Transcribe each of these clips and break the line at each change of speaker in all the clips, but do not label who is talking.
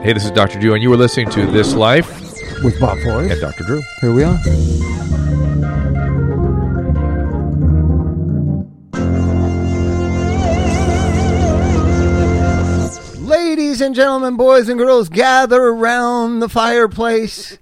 Hey, this is Dr. Drew, and you were listening to This Life
with Bob Forrest.
and Dr. Drew.
Here we are. Ladies and gentlemen, boys and girls, gather around the fireplace.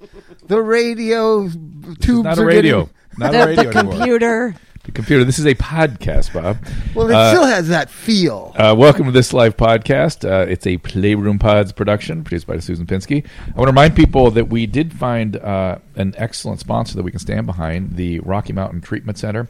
The radio tubes
Not
are
a radio.
getting.
Not a
The,
radio
the
anymore.
computer.
The computer. This is a podcast, Bob.
Well, it
Uh,
still has that feel.
Uh, welcome to this live podcast. Uh, it's a Playroom Pods production produced by Susan Pinsky. I want to remind people that we did find uh, an excellent sponsor that we can stand behind the Rocky Mountain Treatment Center.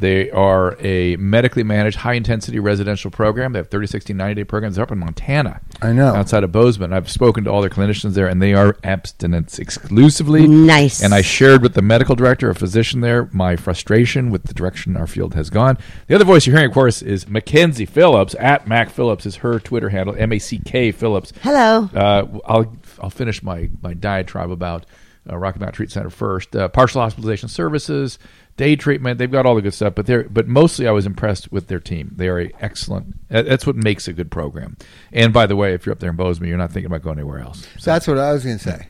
They are a medically managed, high intensity residential program. They have 30, 60, 90 day programs. They're up in Montana.
I know.
Outside of Bozeman. I've spoken to all their clinicians there, and they are abstinence exclusively.
Nice.
And I shared with the medical director, a physician there, my frustration with the direction our field has gone. The other voice you're hearing, of course, is Mackenzie Phillips at Mac Phillips is her Twitter handle, M A C K Phillips.
Hello.
Uh, I'll I'll finish my my diatribe about uh, Rocky Mountain Treatment Center first. Uh, partial hospitalization services, day treatment. They've got all the good stuff, but they're but mostly I was impressed with their team. They are a excellent. that- That's what makes a good program. And by the way, if you're up there in Bozeman, you're not thinking about going anywhere else.
That's what I was going to say.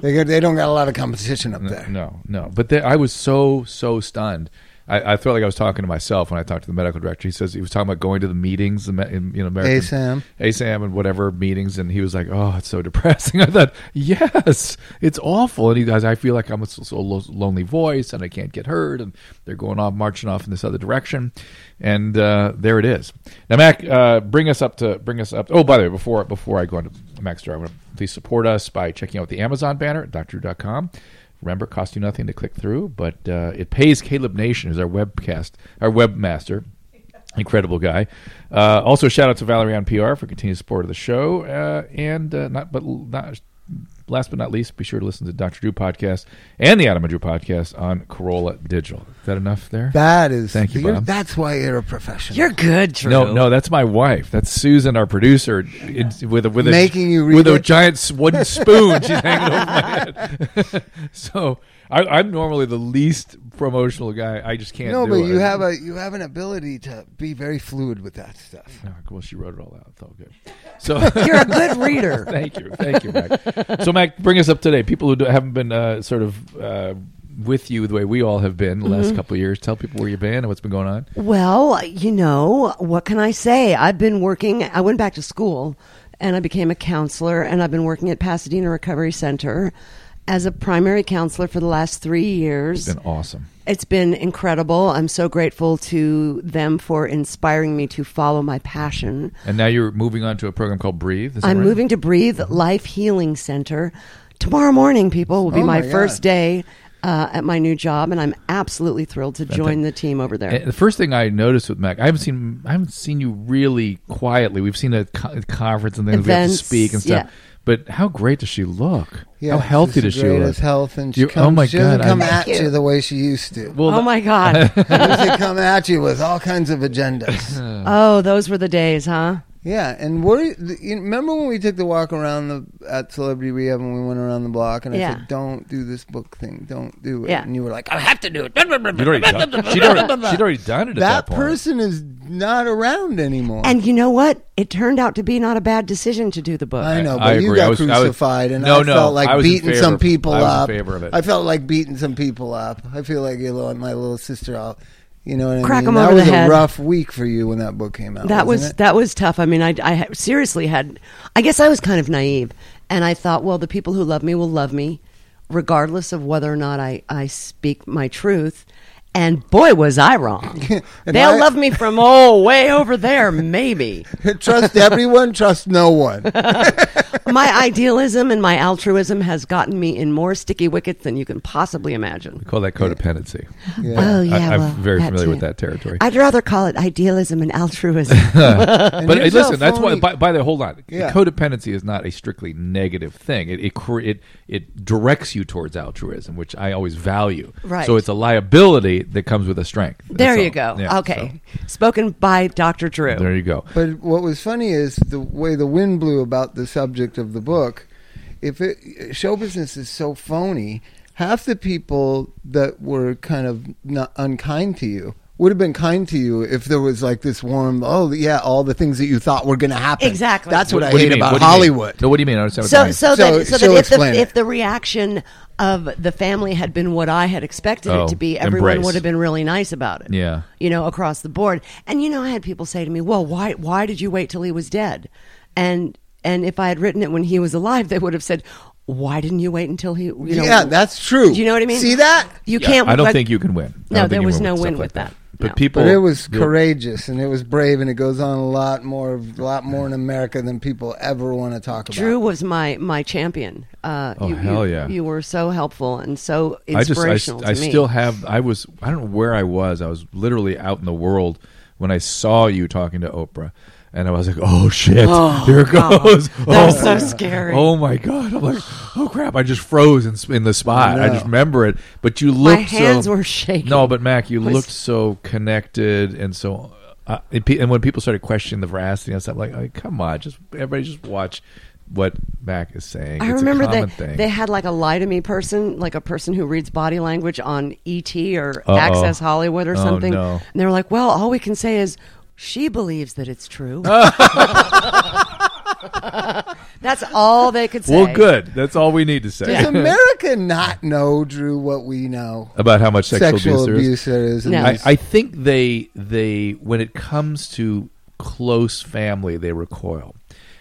They, got, they don't got a lot of competition up there.
No, no. But they, I was so so stunned. I, I felt like I was talking to myself when I talked to the medical director. He says he was talking about going to the meetings, the me- in, you know, American,
ASAM.
ASAM, and whatever meetings, and he was like, "Oh, it's so depressing." I thought, "Yes, it's awful." And he goes, "I feel like I'm a so, so lo- lonely voice, and I can't get heard, and they're going off marching off in this other direction." And uh, there it is. Now, Mac, uh, bring us up to bring us up. Oh, by the way, before before I go into Mac's story, I want to please support us by checking out the Amazon banner at drdrew.com. Remember, it costs you nothing to click through, but uh, it pays Caleb Nation, who's our webcast, our webmaster, incredible guy. Uh, also, shout out to Valerie on PR for continued support of the show, uh, and uh, not but not last but not least, be sure to listen to Dr. Drew podcast and the Adam and Drew podcast on Corolla Digital. Is that enough there?
That is.
Thank you,
you're-
Bob.
That's why you're a professional.
You're good, Drew.
no, no, that's my wife. That's Susan, our producer, it's with a, with a,
Making you read
with a
it?
giant s- wooden spoon. She's hanging over my head. so I, I'm normally the least promotional guy. I just can't.
no,
do
but
it.
you have a you have an ability to be very fluid with that stuff.
Oh, well, she wrote it all out. It's all good. So.
You're a good reader.
thank you, thank you, Mac. So, Mac, bring us up today. People who do, haven't been uh, sort of uh, with you the way we all have been the
Mm-hmm.
last couple of years, tell people where you've been and what's been going on.
Well, you know, what can I say? I've been working, I went back to school and I became a counselor, and I've been working at Pasadena Recovery Center as a primary counselor for the last three years.
It's been awesome.
It's been incredible. I'm so grateful to them for inspiring me to follow my passion.
And now you're moving on to a program called Breathe. is that
I'm
right?
moving to Breathe Life Healing Center. Tomorrow morning, people, will be
Oh
my,
my God.
first day uh, at my new job, and I'm absolutely thrilled to join the team over there.
And the first thing I noticed with Mac, I haven't seen, I haven't seen you really quietly. We've seen a co- conference and things we have to
Events,
speak and stuff.
yeah.
But how great does she look?
Yeah,
how healthy
she's
does
the
she look?
greatest Health and she
You-
comes,
oh my
she
god!
doesn't come
I'm-
at you the way she used to.
well,
oh my God.
they come at you with all kinds of agendas.
oh, those were the days, huh?
yeah, and what are you, the- you remember when we took the walk around the at Celebrity Rehab and we went around the block and I
Yeah.
said, "Don't do this book thing, don't do it,"
Yeah.
and you were like, "Ah,
I have to do it.
You'd already done- she'd, already, she'd already done it at that,
"That
point.
person is not around anymore."
And you know what? It turned out to be not a bad decision to do the book.
I know, but
I
you
agree.
got
I was- I was-
crucified, and
No,
I
no,
felt like
I was in
beating
favor
some
of-
people
I was in
up.
favor of it.
I felt like beating some people up. I feel like you know, my little sister. I'll, you know what I
Crack
mean?
'em
that
over the
was a
head.
rough week for you when that book came out.
that
wasn't
was
it?
that was tough. I mean, I, I ha- seriously had. I guess I was kind of naive, and I thought, well, the people who love me will love me, regardless of whether or not I I speak my truth. And boy, was I wrong.
And
They'll
I-
love me from oh way over there, maybe.
trust everyone, trust no one.
my idealism and my altruism has gotten me in more sticky wickets than you can possibly imagine.
We call that codependency.
Oh yeah,
I, I'm
well,
very
that
familiar with
too.
that territory.
I'd rather call it idealism and altruism.
And
but hey,
here's how
listen, that's why.
phony-
By, by the hold on,
Yeah.
codependency is not a strictly negative thing. It it cre- it, it directs you towards altruism, which I always value.
Right.
So it's a liability that comes with a strength.
there
That's
you go.
all. Yeah,
okay, spoken by Dr. Drew.
so there you go.
But what was funny is the way the wind blew about the subject of the book. If it, show business is so phony, half the people that were kind of not unkind to you would have been kind to you if there was like this warm. Oh yeah, all the things that you thought were going to happen.
Exactly.
That's what,
What-
I
what do you
hate
mean?
about
What do you mean?
Hollywood.
No, what do you mean? I don't understand.
So,
what
so,
So-
that, so,
so
that if
explain
the,
it.
if the reaction of the family had been what I had expected
Oh,
it to be, everyone
embrace.
would have been really nice about it.
Yeah.
You know, across the board. And, you know, I had people say to me, well, why, why did you wait till he was dead? And, and if I had written it when he was alive, they would have said, why didn't you wait until he, you know,
yeah, that's true.
do you know what I mean?
See that?
You can't,
I don't
like-
think you can win. I don't
No,
think
there
you
was
win
no
stuff
win
like
with that.
But
No.
people,
But it was
Yeah.
courageous and it was brave and it goes on a lot more, a lot more in America than people ever want to talk about.
Drew was my, my champion. Uh,
Oh,
you,
hell
you-
yeah.
You were so helpful and so
I just, I,
inspirational
I
to me.
still have. I was. I don't know where I was. I was literally out in the world when I saw you talking to Oprah, and I was like, "Oh shit, here it goes."
That was
oh,
so scary.
Oh my god! I'm like, "Oh crap!" I just froze in, in the spot. I,
know.
just remember it. But you
My
looked.
hands
so,
were shaking.
No, but Mac, you
My s-
looked so connected and so. Uh, and, pe- and when people started questioning the veracity and stuff, I'm like, "Oh, come on, just everybody just watch what Mac is saying.
I
it's
remember
a common
they,
thing.
they had like a lie to me person, like a person who reads body language on ET or
Uh-oh.
Access Hollywood or
Oh,
something.
no.
And they were like, well, all we can say is she believes that it's true. That's all they could say.
well, good. That's all we need to say.
Does America not know, Drew, what we know?
about how much sexual, abuse there is.
abuse there is. in
No.
I,
these-
I think they they when it comes to close family, they recoil.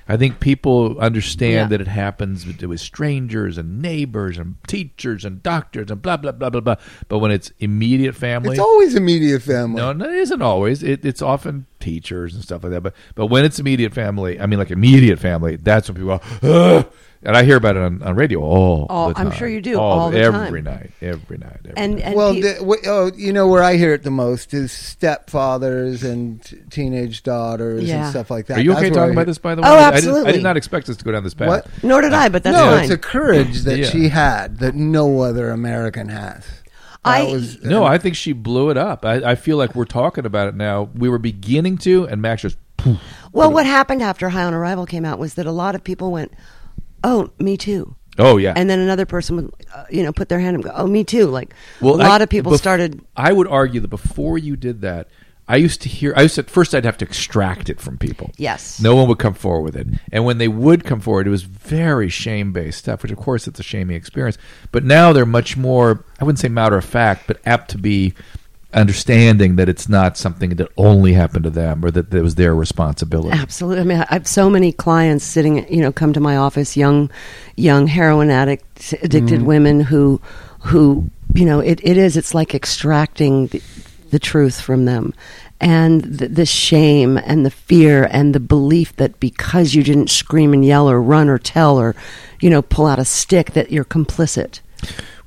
I think people understand
Yeah.
that it happens with with strangers and neighbors and teachers and doctors and blah blah blah blah blah. But when it's immediate family,
it's always a media family.
no, no, it isn't always. It, it's often teachers and stuff like that. But but when it's immediate family, I mean like immediate family, that's when people are. "Ugh." And I hear about it on, on radio all,
All-
the time.
I'm sure you do, all the time.
every night, every night. Every
And,
night.
and
well,
pe-
the, wh- oh, you know where I hear it the most is stepfathers and t- teenage daughters
Yeah.
and stuff like that.
Are you
That's
okay
where I
talking
hear-
about this? By the way,
Oh,
I didn't- I did,
absolutely.
not expect us to go down this path.
What?
nor did I, but that's
no,
fine.
it's a courage that
Yeah.
she had that no other American has. That
I-
was
No, I think she blew it up. I, I feel like we're talking about it now. We were beginning to, and Max just poof.
well, what happened after High on Arrival came out was that a lot of people went, oh, me too.
Oh yeah,
And then another person would, uh, you know, put their hand up and go, oh, me too. Like, a
I-
lot of people
bef-
started
I would argue that before you did that, I used to hear. I used to, at first I'd have to extract it from people.
Yes.
No one would come forward with it, and when they would come forward, it was very shame based stuff. Which of course it's a shaming experience, but now they're much more. I wouldn't say matter of fact, but apt to be understanding that it's not something that only happened to them or that that was their responsibility.
Absolutely. I mean, I I have so many clients sitting, you know, come to my office, young, young heroin addict, addicted
Mm-hmm.
women who, who, you know, it, it is, it's like extracting the, the truth from them and the, the shame and the fear and the belief that because you didn't scream and yell or run or tell or, you know, pull out a stick that you're complicit.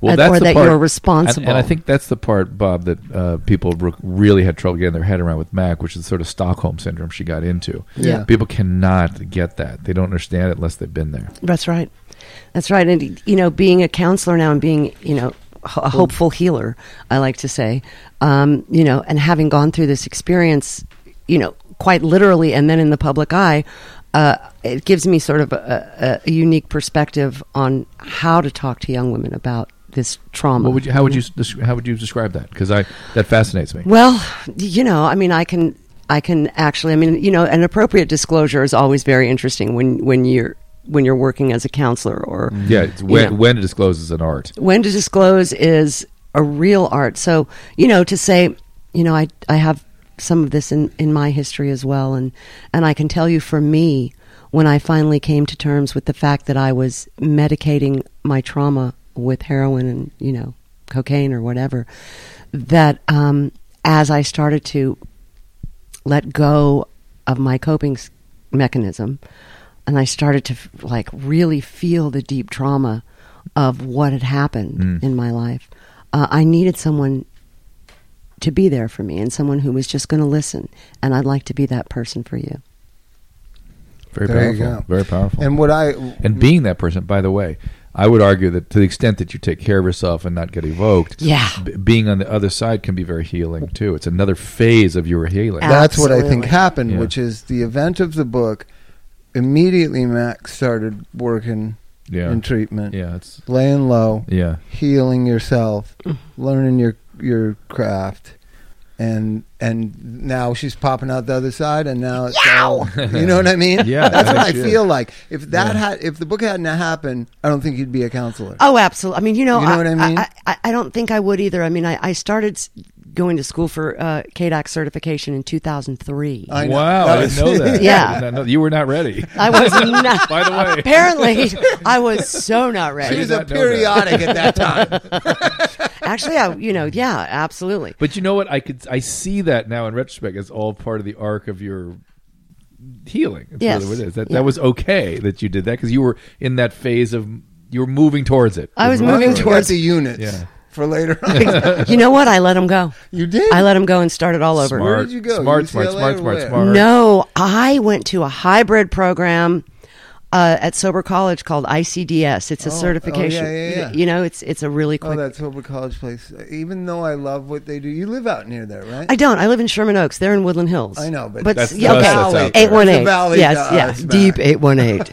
and- or that you're responsible.
And, and I think that's the part, Bob, that uh, people re- really had trouble getting their head around with Mac, which is sort of Stockholm syndrome she got into.
Yeah.
People cannot get that. They don't understand it unless they've been there.
That's right. That's right. And, you know, being a counselor now and being, you know, ho-
Mm.
a hopeful healer, I like to say, um, you know, and having gone through this experience, you know, quite literally and then in the public eye, uh, it gives me sort of a, a, a unique perspective on how to talk to young women about this trauma.
What would you, how would you des- how would you describe that? Because I that fascinates me.
Well, you know, I mean, I can, I can actually, I mean, you know, an appropriate disclosure is always very interesting when when you're when you're working as a counselor or
Yeah, it's
you
when
know.
when it discloses an art.
when to disclose is a real art. So, you know, to say, you know, I, I have some of this in, in my history as well. And, and I can tell you for me, when I finally came to terms with the fact that I was medicating my trauma with heroin and, you know, cocaine or whatever, that um, as I started to let go of my coping s- mechanism, and I started to f- like really feel the deep trauma of what had happened
Mm.
in my life. Uh, I needed someone to be there for me and someone who was just going to listen. And I'd like to be that person for you.
Very
There you
powerful.
go.
Very powerful.
And what I
and being that person, by the way, I would argue that to the extent that you take care of yourself and not get evoked,
Yeah.
b- being on the other side can be very healing too. It's another phase of your healing.
Ab-
that's what I think
Absolutely.
happened,
Yeah.
which is the event of the book. Immediately, Max started working
yeah,
in treatment,
yeah, it's
laying low,
yeah,
healing yourself,
Mm-hmm.
learning your your craft, and and now she's popping out the other side, and now it's all, you know what I mean?
Yeah,
that's what
I
I
see it.
feel like. If that had if the book hadn't happened, I don't think you'd be a counselor.
Oh, absolutely. I mean, you know,
You know what I mean?
I, I, I don't think I would either. I mean, I, I started s- going to school for uh, KDOC certification in 2003.
I know.
Wow,
That
I
was-
didn't know that.
Yeah.
I did not know- you were not ready.
I was not.
By the way.
apparently, I was so not
She
ready.
was a
not know that.
periodic at that time.
Actually, I, you know, yeah, absolutely.
But you know what? I could I see that now in retrospect as all part of the arc of your healing. That's
Yes.
really what it is. That
Yeah.
that was okay that you did that because you were in that phase of you were moving towards it.
I was
You were
moving
Got
towards-
the units
Yeah.
for later on.
You know what? I let him go.
you did.
I let him go and started all over.
Smart,
Where did you go?
Smart, smart,
UCLA
smart,
or
smart,
where?
smart.
No, I went to a hybrid program uh, at Sober College called ICDS. It's a
Oh, oh,
certification.
yeah, yeah,
You-
yeah.
You, know, it's it's a really
Oh,
quick.
that sober college place. Even though I love what they do, you live out near there, right?
I don't. I live in Sherman Oaks. They're in Woodland Hills.
I know, but
but
That's
yeah,
the
okay.
valley. It's
Eight one eight.
the valley to
Yes,
us,
yes.
Matt.
Deep eight one eight.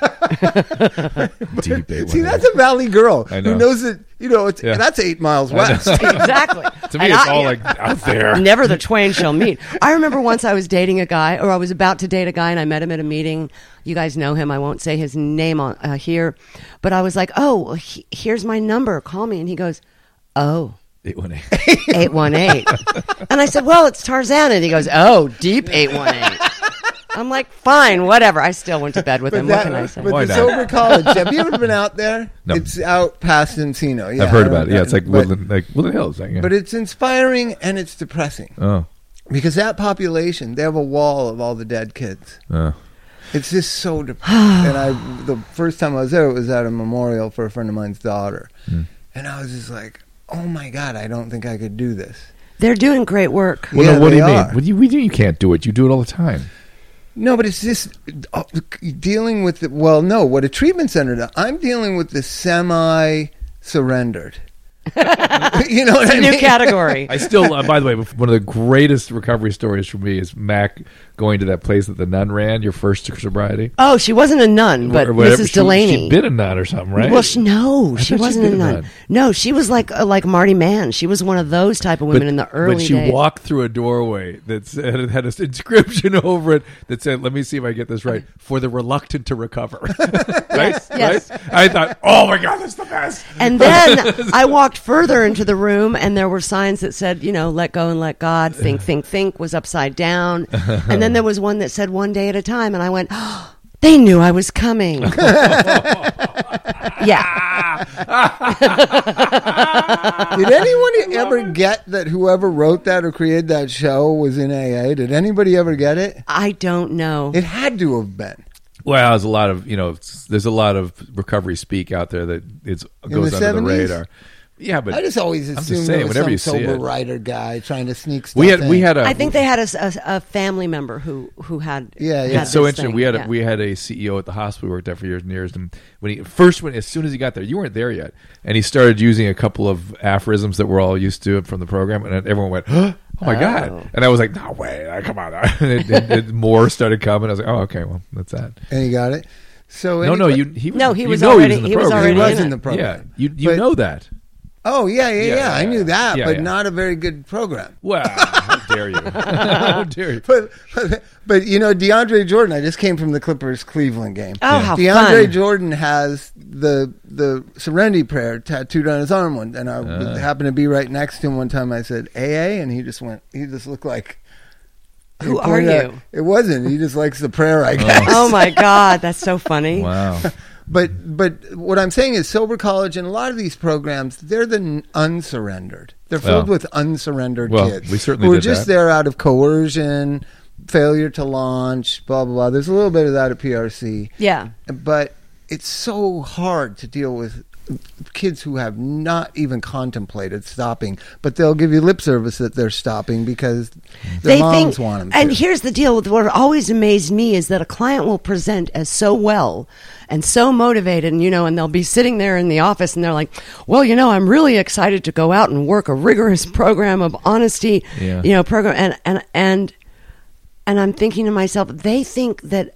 Deep eight
See,
one
that's
eight.
a valley girl
I know.
who knows that. You know, it's,
Yeah.
that's eight miles
know.
west.
Exactly.
to me,
And
it's
I-
all like out there.
Never the twain shall meet. I remember once I was dating a guy, or I was about to date a guy, and I met him at a meeting. You guys know him. I won't say his name on uh, here, but I was like, "Oh, well, he, here's my number. Call me." And he goes, "Oh,
Eight one eight.
818. and I said, "Well, it's Tarzan." And he goes, "Oh, deep 818." I'm like, "Fine, whatever." I still went to bed with him.
that-
what can I say?
But
Why
the
not?
sober college. Have you ever been out there?
No.
It's out past Encino. Yeah,
I've heard
I
about it.
don't-
Yeah, it's like
but,
Woodland, like Woodland Hills. Like, yeah.
But it's inspiring and it's depressing
oh,
because that population, they have a wall of all the dead kids.
oh.
It's just so depressing. and I, the first time I was there, it was at a memorial for a friend of mine's daughter,
Hmm.
and I was just like, "Oh my god, I don't think I could do this."
They're doing great work.
Well,
Yeah,
no, what do
they
you
are.
mean? What do you, what do you, you can't do it. You do it all the time.
No, but it's just uh, dealing with the, well, no, what a treatment center. does- I'm dealing with the semi surrendered. you know what I mean?
New category.
I still, uh, by the way, one of the greatest recovery stories for me is Mac going to that place that the nun ran. Your first sobriety,
Oh, she wasn't a nun, but
Or whatever.
Mrs.
She-
Delaney.
she'd been a nun or something, right?
Well, she, no, she
thought she'd
wasn't
been
a
a
nun.
nun.
No, she was like uh, like Marty Mann. She was one of those type of women in the early
But she
days.
walked through a doorway that said, it had an inscription over it that said, "Let me see if I get this right." For the reluctant to recover, right?
yes.
Right? I thought, oh my god, that's the best.
and then I walked further into the room, and there were signs that said, you know, let go and let God. Think, think, think was upside down. And then there was one that said one day at a time, and I went, oh, they knew I was coming. yeah.
Did anyone ever get that whoever wrote that or created that show was in AA? Did anybody ever get it?
I don't know.
It had to have been.
Well, there's a lot of you know, it's- there's a lot of recovery speak out there that it's goes
the
under the
70s?
radar. Yeah, but
I just always
I'm just
assumed
saying,
there was
whenever
some
you see
sober
it.
writer guy trying to sneak stuff
we had we
in.
had a
I think they had a, s- a- a family member who who had.
Yeah, yeah.
had
It's so
this
interesting.
thing.
We had a,
Yeah.
we had a CEO at the hospital we worked at for years and years, and when he first when as soon as he got there, you weren't there yet, and he started using a couple of aphorisms that we're all used to from the program, and everyone went, "Oh my god!" And I was like, "No way! Ah, Come on!" And it, it, it- more started coming. I was like, "Oh, okay, well, that's that."
and you got it. So
No, no,
anybody-
you. He was,
No, he
you
was
know
already-
in the
he was
program.
already
He was
in
in
it.
the program.
Yeah, you you
But-
know that.
Oh yeah, yeah, yeah.
Yeah,
I
yeah,
knew
yeah.
that,
Yeah,
but
yeah.
not a very good program.
Well, how dare you? how dare you?
But, but you know DeAndre Jordan. I just came from the Clippers Cleveland game.
Oh, how
DeAndre
fun.
Jordan has the the Serenity Prayer tattooed on his arm. One and I happened to be right next to him one time. I said AA, and he just went. He just looked like. he
Who are
pointed out-
you?
It wasn't. He just likes the prayer, I guess.
Oh my God, that's so funny.
Wow.
But but what I'm saying is, sober college and a lot of these programs, they're the n- unsurrendered. They're filled
Well.
with unsurrendered
Well,
kids
we certainly
who are
did
just
that.
there out of coercion, failure to launch, blah blah blah. There's a little bit of that at PRC,
Yeah.
but it's so hard to deal with kids who have not even contemplated stopping, but they'll give you lip service that they're stopping because their moms want them.
And
to.
here's the deal: with what always amazed me is that a client will present as so well and so motivated, and you know, and they'll be sitting there in the office, and they're like, "Well, you know, I'm really excited to go out and work a rigorous program of honesty,
Yeah.
you know, program." And and and and I'm thinking to myself, they think that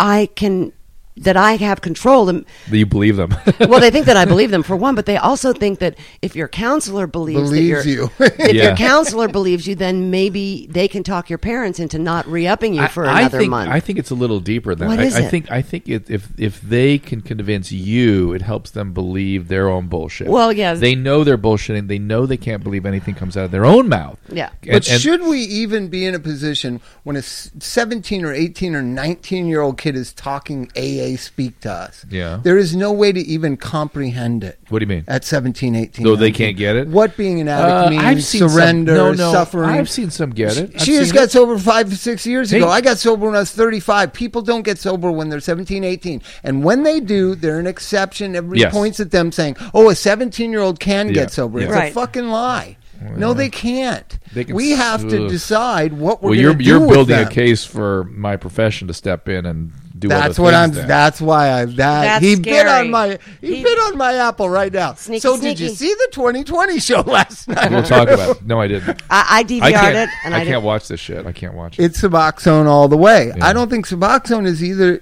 I can. That I have control. And-
You believe them.
Well, they think that I believe them for one, but they also think that if your counselor believes,
Believes
that you're,
you.
if
Yeah.
your counselor believes you, then maybe they can talk your parents into not re-upping you for
I-
another
I think,
month.
I think it's a little deeper than
What
that. I,
is
I
it?
think I think it, if if they can convince you, it helps them believe their own bullshit.
Well, yeah.
they know they're bullshitting. They know they can't believe anything comes out of their own mouth.
Yeah.
And-
but
and-
should we even be in a position when a s- 17 or 18 or 19 year old kid is talking AA speak to us?
Yeah.
There is no way to even comprehend it.
What do you mean?
At 17 18.
Though they
19.
can't get it?
Uh, What being an addict
Uh,
means,
I've seen some-
surrender,
no, no,
suffering.
I've seen some get it. I've
She just
seen
got
it.
sober five, six years
Hey.
ago. I got sober when I was 35. People don't get sober when they're 17, 18. And when they do, they're an exception. Everybody
Yes.
points at them saying, oh, a 17 year old can
Yeah,
get sober.
yeah.
It's
Right.
a fucking lie. No, they can't.
They can
we
s-
have to
ugh.
decide what we're
Well,
going
you're
to do
you're
with
building a
them.
case for my profession to step in and do.
That's
other
what
things
I'm.
then.
That's why I. That
That's
he bit
scary.
on my. He,
He-
bit on my apple right now.
Sneaky,
so did you
sneaky.
see the 2020 show last night?
We'll talk about. It. No, I didn't.
I, I DVR'd
I can't.
it, and I,
I
didn't-
can't watch this shit. I can't watch it.
It's Suboxone all the way. I don't think Suboxone is either.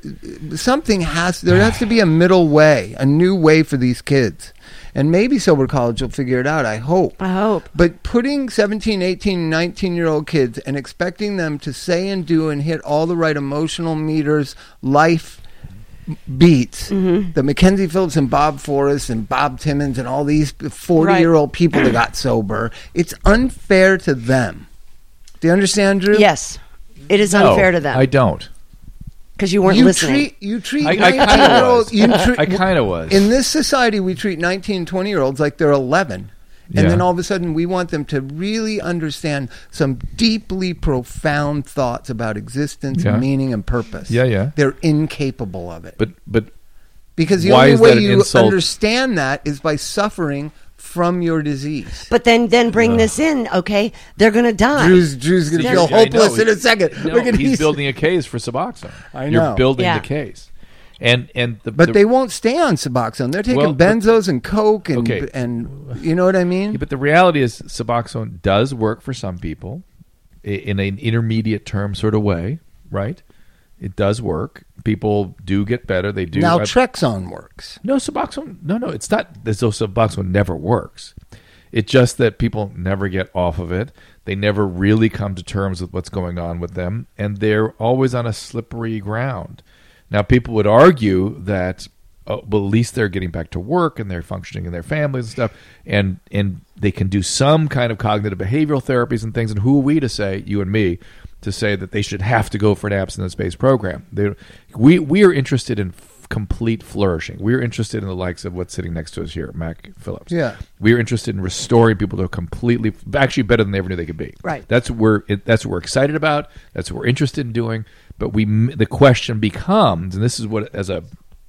Something has there has to be a middle way, a new way for these kids, and maybe sober college will figure it out. I hope.
I hope.
But putting 17, 18, 19 year old kids and expecting them to say and do and hit all the right emotional meters, life beats that Mackenzie Phillips and Bob Forrest and Bob Timmons and all these 40 year old people that got sober, it's unfair to them. Do you understand, Drew?
Yes, it is
No,
unfair to them
I don't.
because you weren't
you
listening.
treat you treat
I- I kinda
19 year olds
was.
you
I kinda was.
in this society we treat 19 20 year olds like they're 11 and
Yeah.
then all of a sudden we want them to really understand some deeply profound thoughts about existence
Yeah.
meaning and purpose
Yeah, yeah.
they're incapable of it
But but
because the
why
only
is
way
that an
you
insult?
understand that is by suffering from your disease
but then, then bring this in. Okay, they're gonna die.
Drew's, Drew's going to
They're-
feel
Yeah,
I know.
hopeless in a second.
No,
Look at
he's
he's-
building a case for Suboxone.
I
You're
know.
building
Yeah.
the case, and and the,
But
the-
they won't stay on Suboxone. They're taking
Well, but-
benzos and coke and
Okay.
and you know what I mean.
Yeah, but the reality is Suboxone does work for some people i- in an intermediate term sort of way, right? It does work. People do get better. They do.
now
I-
Trexon works.
no Suboxone. No, no. It's not as though Suboxone never works. It's just that people never get off of it. They never really come to terms with what's going on with them, and they're always on a slippery ground. Now, people would argue that, oh, well, at least they're getting back to work and they're functioning in their families and stuff, and and they can do some kind of cognitive behavioral therapies and things. And who are we to say, you and me, to say that they should have to go for an abstinence-based program? They, we we are interested in f- complete flourishing. We're interested in the likes of what's sitting next to us here, Mac Phillips.
Yeah.
We're interested in restoring people to a completely, actually better than they ever knew they could be.
Right.
That's what we're it, that's what we're excited about. That's what we're interested in doing. But we, m- the question becomes, and this is what as a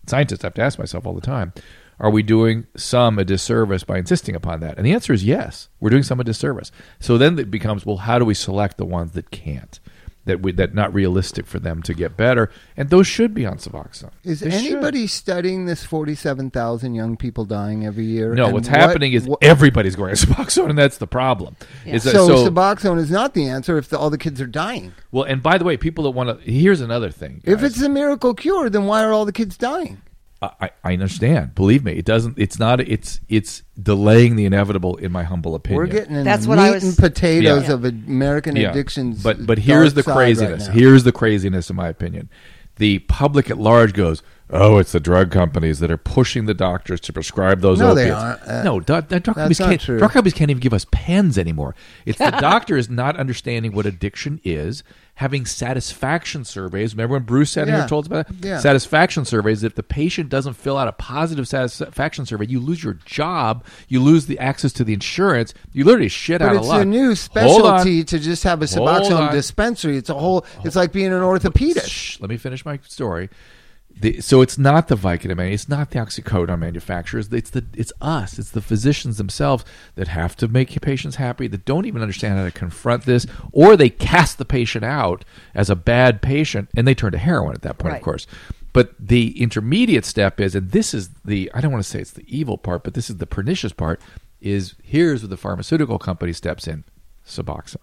scientist I have to ask myself all the time: Are we doing some a disservice by insisting upon that? And the answer is yes. We're doing some a disservice. So then it becomes, well, how do we select the ones that can't? That we, that not realistic for them to get better, and those should be on Suboxone.
Is
They should.
anybody studying this 47,000 young people dying every year?
No,
And
what's
what-
happening is
what-
everybody's going to Suboxone, and that's the problem. Is that-
so, Suboxone is not the answer if the, all the kids are dying.
well, and by the way, people that want to here's another thing.
If
guys.
it's a miracle cure, then why are all the kids dying?
I, I- I understand. Believe me, it doesn't. It's not. It's it's delaying the inevitable, in my humble opinion.
We're getting in
That's
the
what
meat
I was-
and potatoes
Yeah.
of American
Yeah.
addictions.
But but here's
dark
the
side right
craziness.
now.
here's the craziness, in my opinion. The public at large goes, "Oh, it's the drug companies that are pushing the doctors to prescribe those
No, they
opiates."
aren't. Uh,
no, doc- doc- drug companies
not
can't.
true.
Drug companies can't even give us pens anymore. It's the doctor is not understanding what addiction is, having satisfaction surveys. Remember when Bruce sat here
Yeah.
and told us about that?
Yeah.
satisfaction surveys? If the patient doesn't fill out a positive satisfaction survey, you lose your job, you lose the access to the insurance, you literally shit out
But
a
it's
lot.
a new specialty to just have a
Hold
Suboxone
on. Oh.
dispensary. It's a whole. It's like being an orthopedist.
Shh, let me finish my story. The, so it's not the Vicodin, man. It's not the oxycodone manufacturers. It's the it's us. It's the physicians themselves that have to make patients happy. That don't even understand how to confront this, or they cast the patient out as a bad patient, and they turn to heroin at that point,
Right.
of course. But the intermediate step is, and this is the I don't want to say it's the evil part, but this is the pernicious part. Is here's where the pharmaceutical company steps in, Suboxone.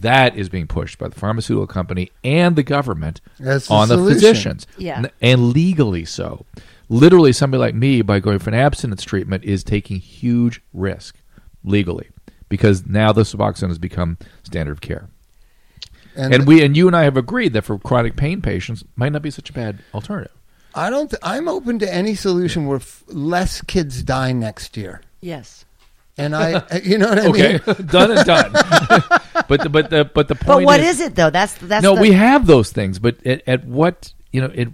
That is being pushed by the pharmaceutical company and the government
That's the
on the
solution.
physicians.
Yeah.
N- And legally so. Literally, somebody like me, by going for an abstinence treatment, is taking huge risk legally because now the Suboxone has become standard of care. And, we and you and I have agreed that for chronic pain patients, might not be such a bad alternative.
I don't. Th- I'm open to any solution where f- less kids die next year.
Yes.
And I, uh, you know what I
Okay,
mean.
done and done. but the, but the, but the point.
But what
is,
is it though? That's that's
no,
the,
we have those things, but at, at what you know it.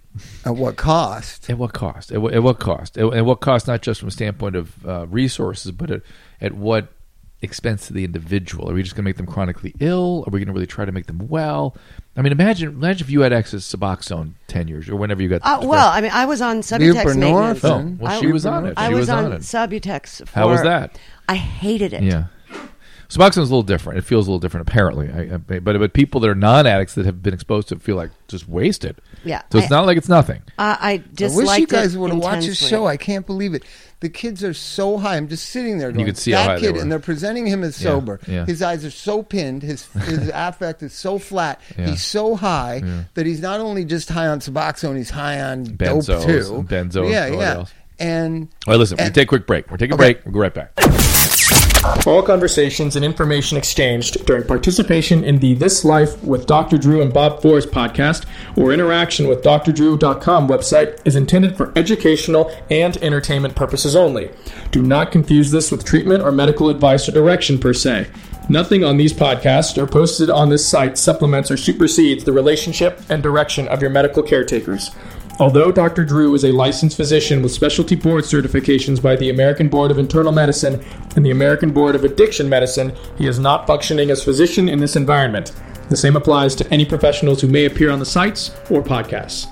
At what cost?
At what cost? At what, at what cost? At, at what cost? Not just from a standpoint of uh, resources, but at, at what expense to the individual? Are we just going to make them chronically ill? Are we going to really try to make them well? I mean, imagine imagine if you had access to Suboxone ten years or whenever you got.
Uh, well, I mean, I was on Subutex maintenance.
oh,
then-
well,
I-
she was on it. She
I was, on,
it.
Subutex. For,
How was that?
I hated it.
Yeah. Suboxone's a little different. It feels a little different, apparently. I, I, but but people that are non addicts that have been exposed to it feel like just wasted.
Yeah,
So it's
I-
not like it's nothing.
I,
I
I
wish
disliked
you guys
it
would have watched this
intensely.
show. I can't believe it. The kids are so high. I'm just sitting there. Going,
could see
that
how high they
kid,
were.
and they're presenting him as
Yeah,
sober.
yeah.
His eyes are so pinned. His his affect is so flat.
Yeah.
He's so high that he's not only just high on Suboxone. He's high on dope
Benzos
too.
and benzos and
Yeah,
all that
yeah.
else.
And
All right, listen, we're
Uh,
going
and-
to take a quick break. We're taking
Okay.
a break. We'll go right back.
All conversations and information exchanged during participation in the This Life with Dr. Drew and Bob Forrest podcast or interaction with drdrew.com website is intended for educational and entertainment purposes only. Do not confuse this with treatment or medical advice or direction per se. Nothing on these podcasts or posted on this site supplements or supersedes the relationship and direction of your medical caretakers. Although Dr. Drew is a licensed physician with specialty board certifications by the American Board of Internal Medicine and the American Board of Addiction Medicine, he is not functioning as physician in this environment. The same applies to any professionals who may appear on the sites or podcasts.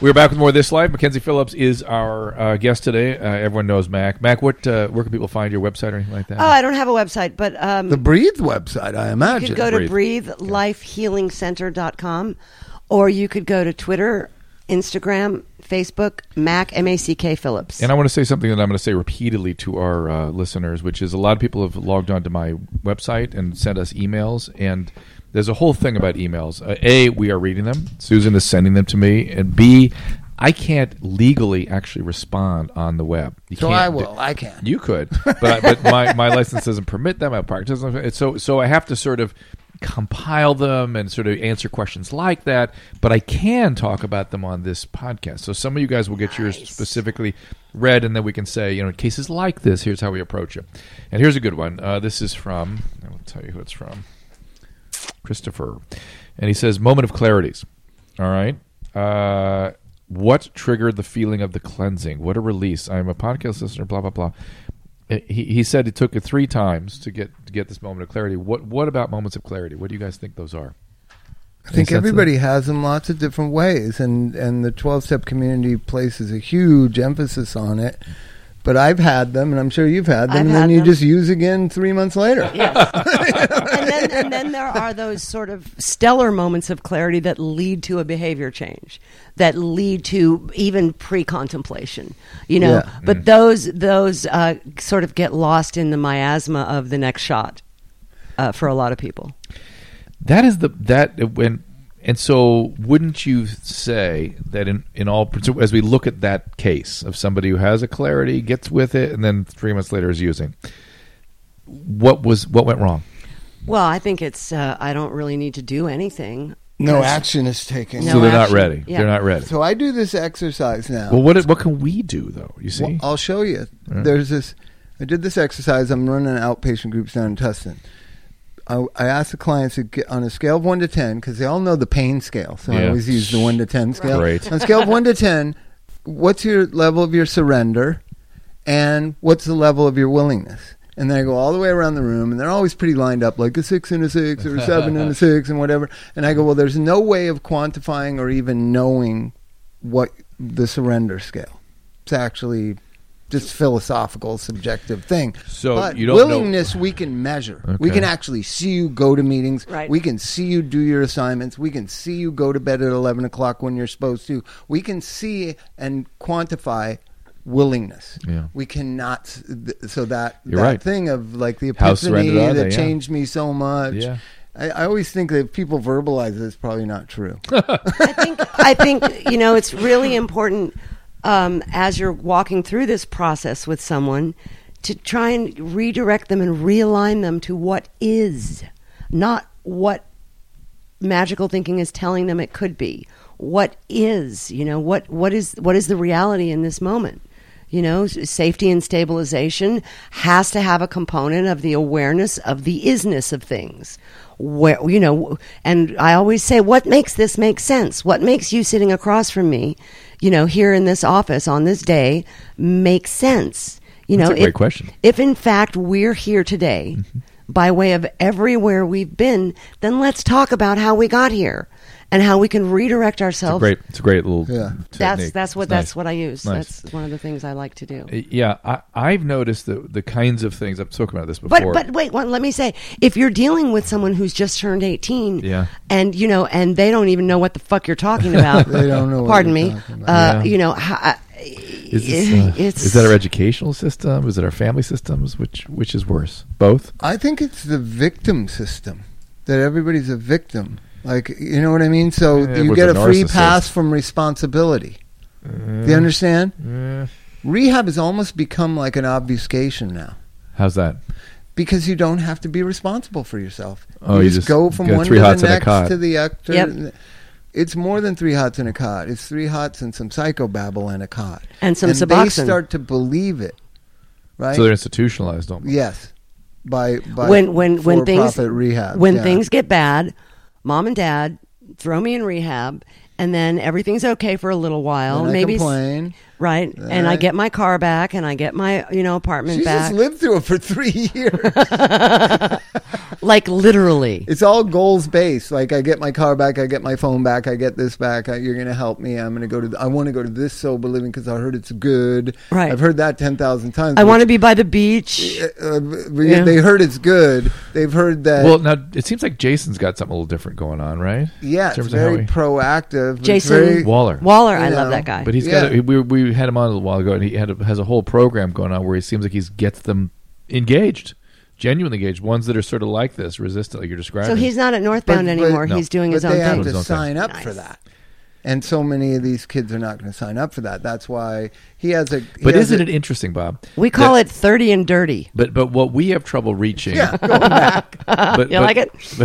We're back with more of this live. Mackenzie Phillips is our uh, guest today. Uh, everyone knows Mac. Mac, what uh, where can people find your website or anything like that?
Oh, I don't have a website, but um,
the Breathe website, I
you
imagine.
could go to
Breathe.
breathelifehealingcenter.com or you could go to Twitter, Instagram, Facebook, Mac, M A C K Phillips.
and I want to say something that I'm going to say repeatedly to our uh, listeners, which is a lot of people have logged onto my website and sent us emails. And there's a whole thing about emails. Uh, a, we are reading them. Susan is sending them to me. And B, I can't legally actually respond on the web. You
So
can't
I
do-
will. I can.
You could, but I, but my, my license doesn't permit that. My practice doesn't. It's so so I have to sort of compile them and sort of answer questions like that. But I can talk about them on this podcast. So some of you guys will get yours specifically read, and then we can say you know in cases like this, here's how we approach it. And here's a good one. Uh, this is from. I'll tell you who it's from. Christopher. And he says, Moment of clarities. All right. Uh, what triggered the feeling of the cleansing? What a release. I'm a podcast listener, blah, blah, blah. Uh, He, he said it took it three times to get to get this moment of clarity. What what about moments of clarity? What do you guys think those are?
I think
sense of-
everybody has them lots of different ways, and, and the 12 step community places a huge emphasis on it. But I've had them, and I'm sure you've had them,
I've
and
had
then you
them.
just use again three months later.
and, then, and then there are those sort of stellar moments of clarity that lead to a behavior change, that lead to even pre-contemplation. You know,
Yeah. Mm.
but those those uh, sort of get lost in the miasma of the next shot uh, for a lot of people.
That is the that uh, when and so wouldn't you say that in in all as we look at that case of somebody who has a clarity gets with it and then three months later is using what was what went wrong?
Well, I think it's uh, I don't really need to do anything.
No action is taken.
No
so they're not
action.
ready.
Yeah.
They're not ready.
So I do this exercise now.
Well, what what can we do though? You see,
Well, I'll show you. There's this. I did this exercise. I'm running an outpatient groups down in Tustin. I, I ask the clients to get on a scale of one to ten because they all know the pain scale, so I
Yeah.
always use the one to ten scale.
Great.
On a scale of one to ten, what's your level of your surrender, and what's the level of your willingness? And then I go all the way around the room, and they're always pretty lined up, like a six and a six, or a seven and a six, and whatever. And I go, well, there's no way of quantifying or even knowing what the surrender scale. It's actually just philosophical, subjective thing.
So
but
you don't know-
willingness we can measure. We
Okay.
can actually see you go to meetings.
Right.
We can see you do your assignments. We can see you go to bed at eleven o'clock when you're supposed to. We can see and quantify willingness.
Yeah.
We cannot. s- th- So that
You're
that
right.
thing of like the
How
epiphany
surrendered are
that
they? Yeah.
changed me so much.
Yeah.
I, I always think that if people verbalize it, it's probably not true.
I think I think you know it's really important um, as you're walking through this process with someone to try and redirect them and realign them to what is, not what magical thinking is telling them it could be. What is you know what what is what is the reality in this moment? You know, s- safety and stabilization has to have a component of the awareness of the isness of things. Where, you know, and I always say, what makes this make sense? What makes you sitting across from me, you know, here in this office on this day make sense? You
That's
know,
a great
if-
question.
If in fact we're here today
Mm-hmm.
by way of everywhere we've been, then let's talk about how we got here and how we can redirect ourselves.
Great. It's a great little.
Yeah.
That's
technique.
that's what
It's
that's
nice.
what I use.
Nice.
That's one of the things I like to do.
Yeah, I, I've noticed the the kinds of things I've spoken about this
But
before.
but wait, one, let me say, if you're dealing with someone who's just turned 18,
Yeah.
and you know, and they don't even know what the fuck you're talking about.
They don't know what
Pardon
you're
me.
talking
Yeah.
Uh, You know, how,
is, this, uh, is that our educational system? Is it our family systems? Which which is worse? Both.
I think it's the victim system that everybody's a victim. Like you know what I mean? So
Yeah,
you
with
get a
the
free
narcissist.
pass from responsibility. Do you understand? Rehab has almost become like an obfuscation now
How's that?
because you don't have to be responsible for yourself.
Oh,
you,
you
just,
just
go from
got
one
three
to
hots
the
and a
next
cot.
to the actor.
Yep.
It's more than three hots and a cot. It's three hots and some psychobabble and a cot.
And some
and they
Suboxone.
start to believe it, right?
So they're institutionalized almost.
yes, by, by
when when when things
for-profit rehab
when
yeah.
things get bad, mom and dad throw me in rehab, and then everything's okay for a little while.
Then I
maybe s-
complain.
right, and I
Right.
get my car back, and I get my you know apartment
She
back,
just lived through it for three years.
like literally.
it's all goals based. Like I get my car back, I get my phone back, I get this back. I, you're going to help me. I'm going to go to. th- I want to go to this sober living because I heard it's good.
Right.
I've heard that ten thousand times.
I want to be by the beach.
Uh, but
Yeah.
They heard it's good. They've heard that.
Well, now it seems like Jason's got something a little different going on, right?
yeah, it's
In terms of how
very
we-
proactive. It's
Jason
very-
Waller.
Waller, I
You know,
love that guy.
But he's got
Yeah.
a, we we had him on a little while ago, and he had a, has a whole program going on where he seems like he gets them engaged, genuinely engaged, ones that are sort of like this, resistant, like you're describing.
so he's not at Northbound
But- but-
anymore.
No.
He's doing
but
his own
they have
thing.
His
to
own thing.
sign up for
Nice.
that. And so many of these kids are not going to sign up for that. That's why he has a. he
but
has
isn't
a-
it interesting, Bob?
we call it thirty and dirty.
But but what we have trouble reaching,
Yeah, going back.
but,
You
but-
like it?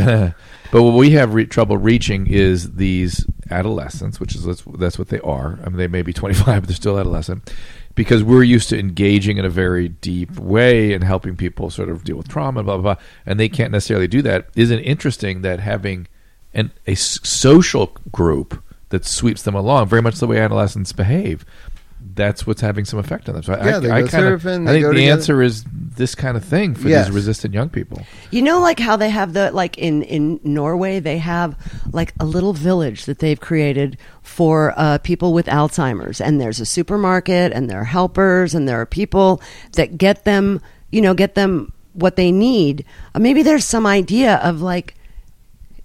but what we have re- trouble reaching is these adolescents, which is that's, that's what they are. I mean, they may be 25, but they're still adolescent because we're used to engaging in a very deep way and helping people sort of deal with trauma, blah blah, blah and they can't necessarily do that. Isn't it interesting that having an a s- social group that sweeps them along, very much the way adolescents behave. That's what's having some effect on them. So I-
Yeah,
I,
they
I
go
kinda-
surfing,
I
they
think
go
the
together.
answer is this kind of thing for
Yes.
these resistant young people.
You know, like how they have the like in in Norway, they have like a little village that they've created for uh, people with Alzheimer's, and there's a supermarket, and there are helpers, and there are people that get them, you know, get them what they need. Uh, maybe there's some idea of like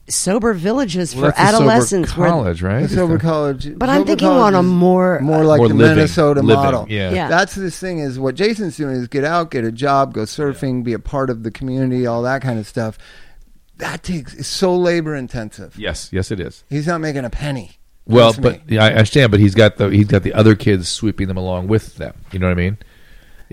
sober villages for
that's a sober
adolescents. where-
college, right?
It's over college.
But I'm
Sober
thinking
college
on a
is
more- uh,
more like
More
the
living-
Minnesota
living,
model.
yeah.
Yeah.
that's this thing is what Jason's doing is get out, get a job, go surfing, be a part of the community, all that kind of stuff. That takes is so labor intensive.
Yes, yes, it is.
He's not making a penny.
Well,
Trust me.
but yeah, I understand. But he's got the he's got the other kids sweeping them along with them. You know what I mean?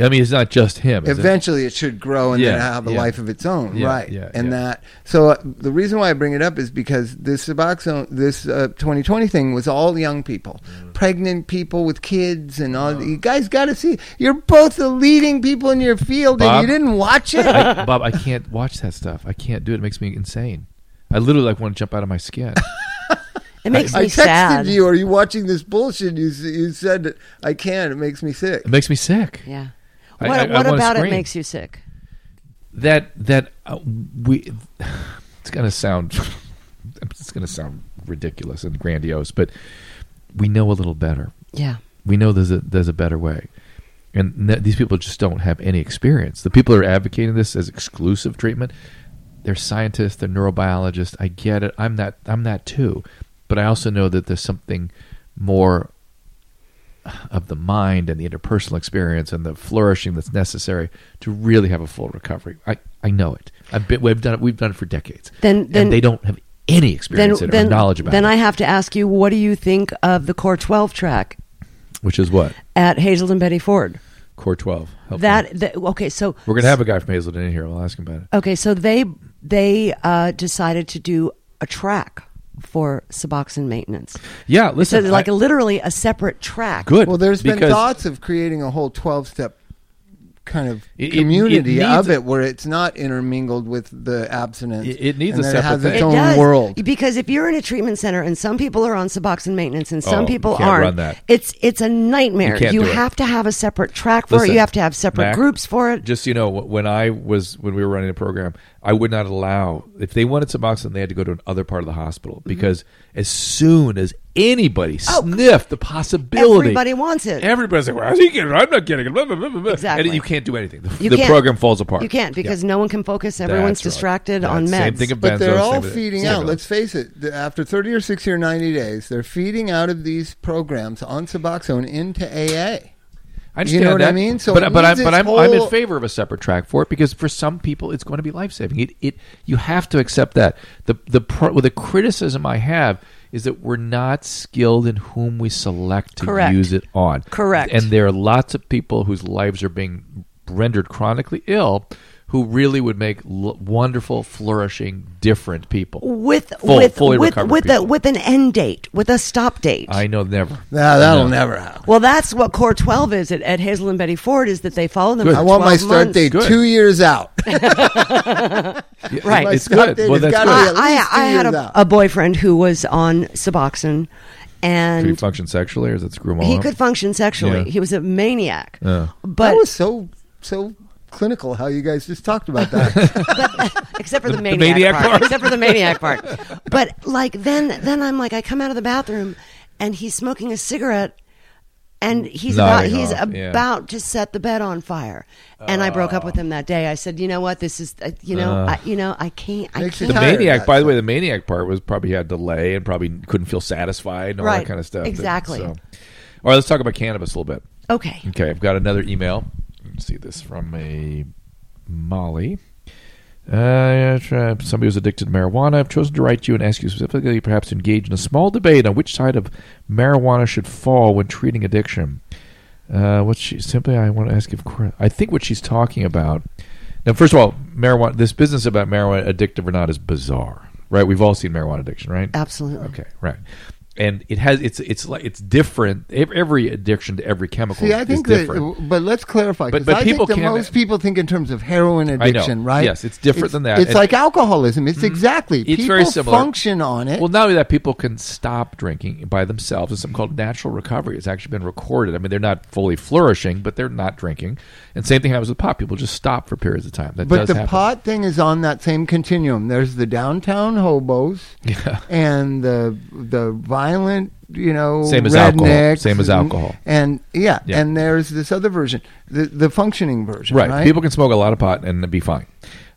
I mean, it's not just him. is it?
Eventually, it should grow and then
Yeah,
have a
yeah.
life of its own,
Yeah,
right?
yeah,
and
yeah.
that. So uh, the reason why I bring it up is because this Suboxone, this uh, 2020 thing was all young people,
Mm-hmm.
pregnant people with kids, and all. You guys got to see. You're both the leading people in your field,
Bob?
and you didn't watch it.
I, Bob, I can't watch that stuff. I can't do it. It makes me insane. I literally like want to jump out of my skin.
It makes
I
me
texted
sad.
you. Are you watching this bullshit? You s- you said I can't. It makes me sick.
It makes me sick.
Yeah.
I-
What,
I- I
what
wanna
about it
scream.
makes you sick?
That that uh, we. It's gonna sound. It's gonna sound ridiculous and grandiose, but we know a little better.
Yeah.
we know there's a there's a better way and th- these people just don't have any experience the people who are advocating this as exclusive treatment they're scientists they're neurobiologists i get it i'm that i'm that too but i also know that there's something more of the mind and the interpersonal experience and the flourishing that's necessary to really have a full recovery i i know it i've been we've done it we've done it for decades
Then- then-
and they don't have any
Then,
experience in it
then,
or knowledge about
then
it
I have to ask you, what do you think of the Core 12 track
which is what
at Hazel and Betty Ford?
core 12 help me.
That, that okay, so
We're gonna have a guy from Hazelden in here. We'll ask him about it.
Okay, so they they uh, decided to do a track for Suboxone maintenance.
Yeah,
So
listen,
there's like
I-
a, literally a separate track.
good.
Well, there's been
because
thoughts of creating a whole 12 step kind of
It- it-
community
it needs-
of it where it's not intermingled with the abstinence.
It- it needs
and
a
that
separate
It has its
thing.
own world.
because if you're in a treatment center and some people are on Suboxone maintenance and some
Oh,
people
you can't
aren't,
run that.
it's it's a nightmare.
You can't do it.
have to have a separate track for
listen,
it. You have to have separate
Mac,
groups for it.
Just so you know, wh- when I was when we were running the program, I would not allow if they wanted Suboxone, they had to go to another part of the hospital
Mm-hmm.
because as soon as anybody sniffed the possibility,
Oh, Everybody wants it.
Everybody's like, "Well, he getting it? I'm not getting it." Blah, blah, blah, blah, blah.
Exactly.
And you can't do anything. The,
You
the
can't.
program falls apart.
You can't because
Yeah.
no one can focus.
That's
Everyone's
right.
distracted on
That's-
meds.
Same thing of
But
benzo,
they're all
same with-
feeding
same
out.
with-
Let's face it. the- After 30 or 60 or 90 days, they're feeding out of these programs on Suboxone into AA.
I
You
understand
know what I
that.
mean? So
but
it
but I'm
needs
but
its
I'm, I'm
whole-
in favor of a separate track for it because for some people it's going to be life saving. It it you have to accept that the the pro, well, the criticism I have is that we're not skilled in whom we select to
Correct.
use it on.
Correct.
And there are lots of people whose lives are being rendered chronically ill who really would make l- wonderful flourishing different people.
with
Full-
with
fully
with
recovered
with a,
people.
with an end date, with a stop date.
I know never.
Nah, that'll never happen.
Well, that's what Core 12 is at, at Hazel and Betty Ford is that they follow them.
Good.
for
I want my
12
start
months.
date
Good.
two years out.
Right.
My
It's
start
good.
date
Well,
has
that's
gotta
good.
be
I,
at least two
I, I had
years out.
a, a boyfriend who was on Suboxone,
Could you
and
function sexually or does it screw them all
he
up?
could function sexually.
Yeah.
He was a maniac.
Yeah.
But
that was so so clinical how you guys just talked about that.
except for the, maniac,
maniac
part,
part.
Except for the maniac part. But like then, then I'm like, I come out of the bathroom, and he's smoking a cigarette, and he's
Nodding
about he's
off, yeah.
about to set the bed on fire. And I broke up with him that day. I said, you know what, this is, uh, you know, I, you know, I can't, I
Makes you
can't.
the
tired of
maniac
that
by the way the maniac part was probably had delay and probably couldn't feel satisfied and all
Right.
that kind of stuff
Exactly.
So- all right let's talk about cannabis a little bit
Okay.
okay i've got another email let's see this from a molly uh, yeah, try- somebody who's addicted to marijuana. I've chosen to write you and ask you specifically, perhaps to engage in a small debate on which side of marijuana should fall when treating addiction. Uh, what she simply, I want to ask if Cor- I think what she's talking about. Now, first of all, marijuana. This business about marijuana addictive or not is bizarre, right? We've all seen marijuana addiction, right?
Absolutely.
Okay, right. And it has it's it's like it's different. ev- Every addiction to every chemical
See, I think
is
that,
different.
but let's clarify.
But-
'cause
but
I
people
think that
can't- uh,
most people think in terms of heroin
know.
addiction, right?
Yes, it's different than that. And-
It's
Mm-hmm.
like alcoholism. It's exactly
It's
people
very similar.
function on it.
Well, not only that, people can stop drinking by themselves. It's something called natural recovery. It's actually been recorded. I mean, they're not fully flourishing, but they're not drinking. And same thing happens with pot. People just stop for periods of time. That
but
does
the
happen.
pot thing is on that same continuum. There's the downtown hobos
Yeah.
and the the violent, you know,
Same as alcohol.
rednecks.
Same as
and-
alcohol.
And, yeah,
Yeah.
and there's this other version, the the functioning version,
right.
right?
People can smoke a lot of pot and be fine.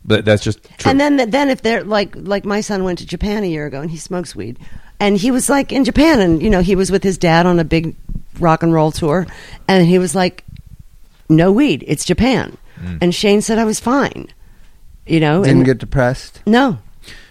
But that's just true.
And then, then if they're like, like my son went to Japan a year ago and he smokes weed, and he was like in Japan, and you know he was with his dad on a big rock and roll tour, and he was like, "No weed, it's Japan."
Mm.
And Shane said I was fine, you know.
didn't
and-
get depressed.
no,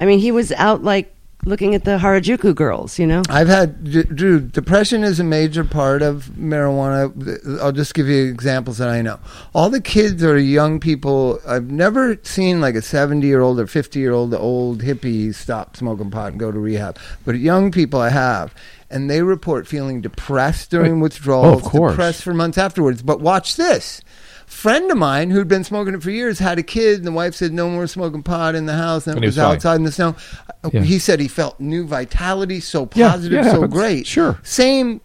I mean he was out like looking at the Harajuku girls, you know?
I've had, d- dude, depression is a major part of marijuana. I'll just give you examples that I know. All the kids or young people, I've never seen like a 70 year old or 50 year old old hippie stop smoking pot and go to rehab. But young people I have, and they report feeling depressed during
Oh,
withdrawals,
of course.
depressed for months afterwards. But watch this. Friend of mine who'd been smoking it for years had a kid, and the wife said no more smoking pot in the house, and,
And
it
he
was,
was fine.
outside in the snow. Uh,
Yeah.
He said he felt new vitality, so
Yeah,
positive,
yeah,
so
but-
great.
sure.
Same,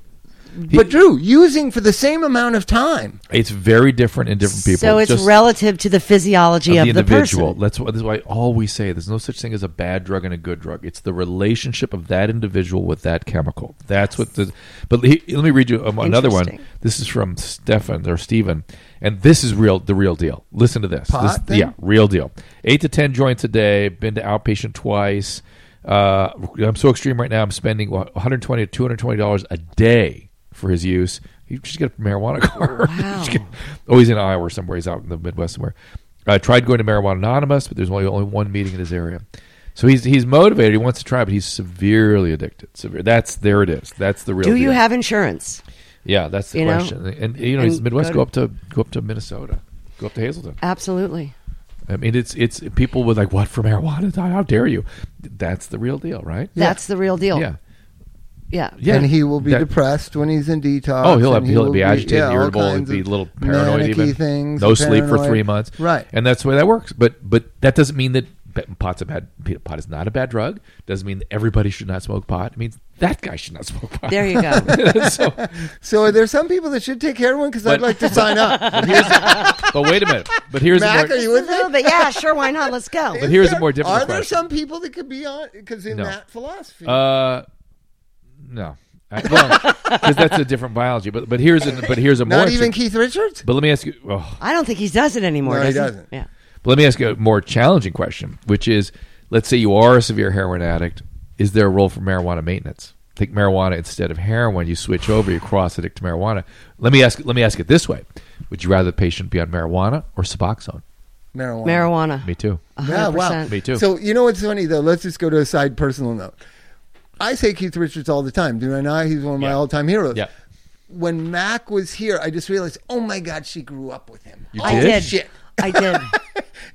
but Drew using for the same amount of time.
It's very different in different people.
So it's
Just
relative to the physiology
of
of,
the
the,
individual.
person.
That's why, that's why I always say there's no such thing as a bad drug and a good drug. It's the relationship of that individual with that chemical. That's what the. But he, let me read you um, another one.
Interesting.
This is from Stefan or Steven, and this is real. The real deal. Listen to this.
Pot
This-
thing?
yeah, real deal. Eight to ten joints a day. Been to outpatient twice. Uh, I'm so extreme right now. I'm spending what, 120 to 220 dollars a day for his use. You just get a marijuana card.
Wow.
Just get- oh, he's in Iowa or somewhere. He's out in the Midwest somewhere. I tried going to Marijuana Anonymous, but there's only only one meeting in his area. So he's he's motivated. He wants to try, but he's severely addicted. Severe. That's there. It is. That's the real.
Do you
deal.
have insurance?
Yeah, that's the
you know,
question. and you know, he's
and
Midwest.
go
Go, up to go up to Minnesota. Go up to Hazelton.
Absolutely.
I mean, it's it's people with like what for marijuana? How dare you? That's the real deal, right?
That's the real deal.
Yeah.
Yeah.
Yeah.
And he will be
That-
depressed when he's in detox.
Oh, he'll
and
have,
he
he'll
will
be agitated,
yeah, all
irritable, and
kinds
be a
of
little paranoid.
manic-y
Even
things,
no sleep for
paranoid.
three months,
Right.
And that's the way that works. But but that doesn't mean that b- pot's a bad pot is not a bad drug. Doesn't mean that everybody should not smoke pot. It means that guy should not smoke pot.
There you go.
so,
So are there some people that should take heroin? Because
But-
I'd like to sign up.
but wait a minute. But here's the
Mac,
more-
are you with me?
but yeah, sure, why not? Let's go.
but here's a more difficult
Are there
question.
some people that could be on? Because in
No.
that philosophy,
Uh, no. I, well, because that's a different biology. But but here's a but here's a more.
not even
inter-
Keith Richards.
but let me ask you. Oh,
I don't think he does it anymore.
No, he
does
doesn't.
Yeah.
But let me ask you a more challenging question, which is let's say you are a severe heroin addict. Is there a role for marijuana maintenance? Take marijuana instead of heroin, you switch over, you cross addict to marijuana. Let me ask let me ask it this way. Would you rather the patient be on marijuana or Suboxone?
Marijuana.
Marijuana.
Me too.
A
Yeah,
hundred
wow.
percent.
Me too.
So you know what's funny though? Let's just go to a side personal note. I say Keith Richards all the time. Do I not? He's one of my
Yeah.
all-time heroes.
Yeah.
When Mac was here, I just realized, oh my God, she grew up with him.
You
Holy
I
Did?
did.
Shit.
I did.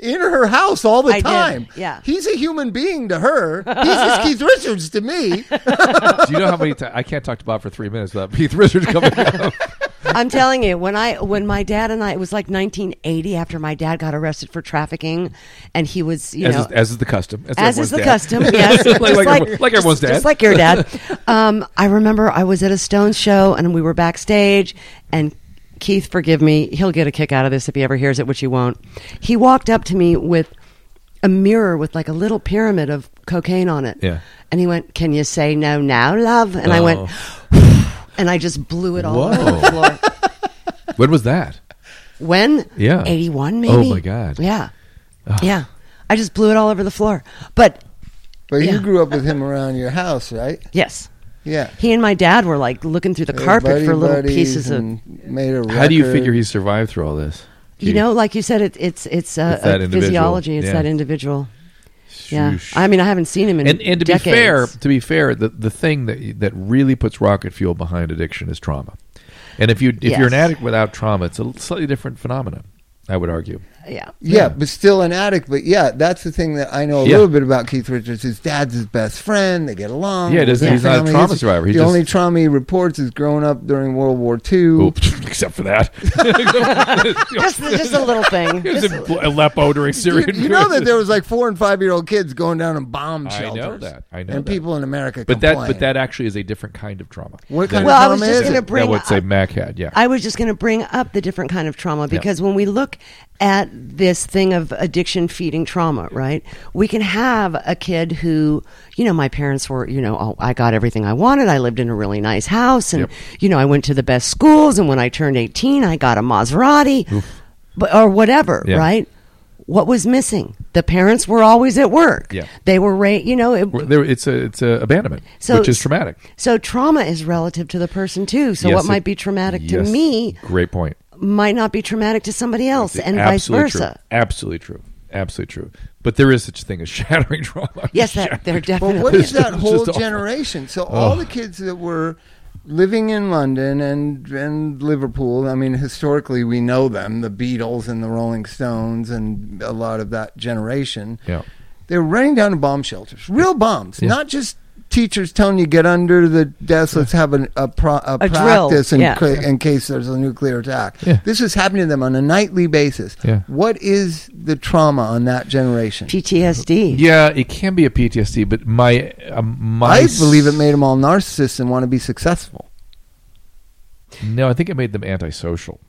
In her house all the
I did,
time.
yeah.
He's a human being to her. He's just Keith Richards to me.
Do you know how many times I can't talk to Bob for three minutes without Keith Richards coming up?
I'm telling you, when I when my dad and I it was like 1980 after my dad got arrested for trafficking, and he was you
As,
know
is, as is the custom.
as
everyone's
is the
dad.
custom. Yes,
Like-
Just
like everyone- like everyone's
just-
dad.
just like your dad. Um, I remember I was at a Stones show and we were backstage, and Keith, forgive me, he'll get a kick out of this if he ever hears it, which he won't. He walked up to me with a mirror with like a little pyramid of cocaine on it.
Yeah.
and he went, "Can you say no now, love?" And I went, and I just blew it all over
Oh. Whoa.
the floor.
When was that?
When?
Yeah.
81 maybe.
Oh, my God.
Yeah. Yeah. I just blew it all over the floor. But
But you
Yeah.
grew up with him around your house, right?
yes.
Yeah.
He and my dad were like looking through the carpet
Buddy
for little
buddies
pieces of
and made a
How do you
record.
figure he survived through all this?
you know, like you said, it, it's it's, uh,
It's that
a
individual.
physiology. It's
Yeah.
that individual. Yeah,
Sheesh.
I mean, I haven't seen him in
and and to
decades.
be fair, to be fair, the the thing that that really puts rocket fuel behind addiction is trauma. And if you if you're an
Yes.
addict without trauma, it's a slightly different phenomenon. I would argue.
yeah,
Yeah,
Yeah.
but still an addict. But yeah, that's the thing that I know a
Yeah.
little bit about Keith Richards. His dad's his best friend. They get along.
Yeah, it doesn't-
His
he's not a
family-
trauma
his-
survivor.
the
He
only
just-
trauma he reports is growing up during World War II.
Oops, except for that,
just just a little thing.
it was
Just-
in Aleppo during
You,
Syrian.
you know that there was like four and five year old kids going down in bomb
I know
shelters.
that. I know that.
And people in America.
but that but
complain.
that actually is a different kind of trauma.
What
than-
kind
Well, I
of
was
trauma
just
is
gonna
it?
bring
than what say
up-
Mac had? Yeah,
I was just going to bring up the different kind of trauma because when we look at this thing of addiction feeding trauma, right? We can have a kid who, you know, my parents were, you know, oh, I got everything I wanted. I lived in a really nice house and,
Yep.
you know, I went to the best schools. And when I turned 18, I got a Maserati but, or whatever,
Yeah.
right? What was missing? The parents were always at work.
Yeah.
They were, ra- you know, it,
Well, there, it's a it's a abandonment,
So-
which is traumatic.
so trauma is relative to the person too. So
Yes,
what
it-
might be traumatic
yes,
to me
Great point.
might not be traumatic to somebody else, and vice
Absolutely
versa.
True. Absolutely true. absolutely true. But there is such a thing as shattering trauma.
Yes, that, they're
But
definitely.
what is that
It's
whole
just Oh. awful.
generation? So all
Ugh.
the kids that were living in London and and Liverpool. I mean, historically we know them, the Beatles and the Rolling Stones, and a lot of that generation.
Yeah.
they were running down to bomb shelters, real bombs,
Yeah.
not just teachers telling you get under the desk. Let's have an, a, pro, a,
A drill,
practice in,
yeah.
ca- in case there's a nuclear attack.
Yeah.
This is happening to them on a nightly basis.
Yeah.
What is the trauma on that generation?
PTSD.
Yeah, it can be a PTSD, but my um, my
I believe it made them all narcissists and want to be successful.
No, I think it made them antisocial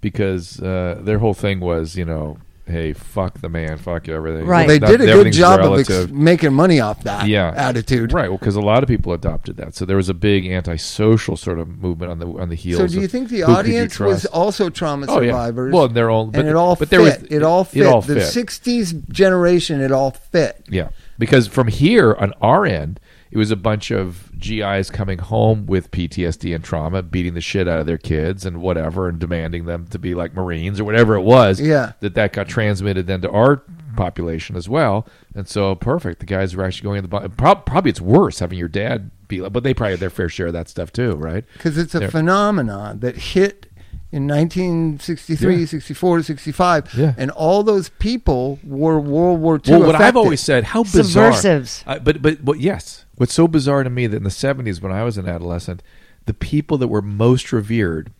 because uh, their whole thing was, you know, hey, fuck the man, fuck everything.
Right.
They
Not-
did a good
everything's
job of ex-
relative.
making money off that
yeah.
attitude.
Right. Well, because a lot of people adopted that, so there was a big antisocial sort of movement on the on the heels.
So, do
of
you think the
who could you
audience was
trust?
also trauma
Oh, yeah.
survivors?
Well, and they're all- but-
and it all
but
fit.
there was-
it all
it
fit.
all
the
fit.
'60s generation, it all fit.
Yeah, because from here on our end, it was a bunch of GIs coming home with PTSD and trauma, beating the shit out of their kids and whatever, and demanding them to be like Marines or whatever it was.
Yeah.
that that got transmitted then to our population as well. And so, perfect. The guys were actually going in the bu- prob- probably it's worse having your dad be, like- but they probably had their fair share of that stuff too, right?
because it's a
There.
phenomenon that hit in 1963,
Yeah.
64, 65,
Yeah.
and all those people were World War II.
Well, what I've
affected.
always said, how bizarre.
Subversives.
I- but, but but yes, what's so bizarre to me that in the seventies, when I was an adolescent, the people that were most revered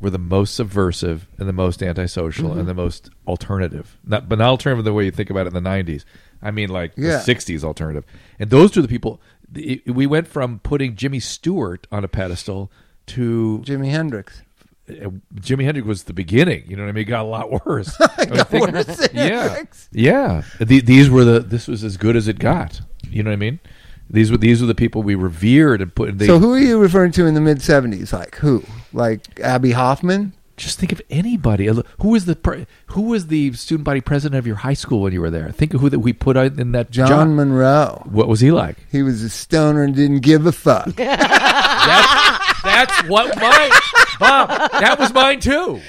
were the most subversive and the most antisocial and the most alternative. Not, but not alternative the way you think about it in the nineties. I mean, like
Yeah.
the sixties alternative. And those were the people. the- We went from putting Jimmy Stewart on a pedestal to
Jimi Hendrix.
Jimi Hendrix was the beginning. You know what I mean? It got a lot worse. I mean, think-
worse than Hendrix.
Yeah, yeah. The, these were the. This was as good as it got. You know what I mean? These were these were the people we revered and put. They,
so who are you referring to in the mid 70s? Like who? Like Abby Hoffman?
just think of anybody. Uh, Who was the pre- who was the student body president of your high school when you were there? Think of who that we put out in that
John
job.
Monroe.
What was he like?
He was a stoner and didn't give a fuck.
That's what mine, Bob. That was mine too.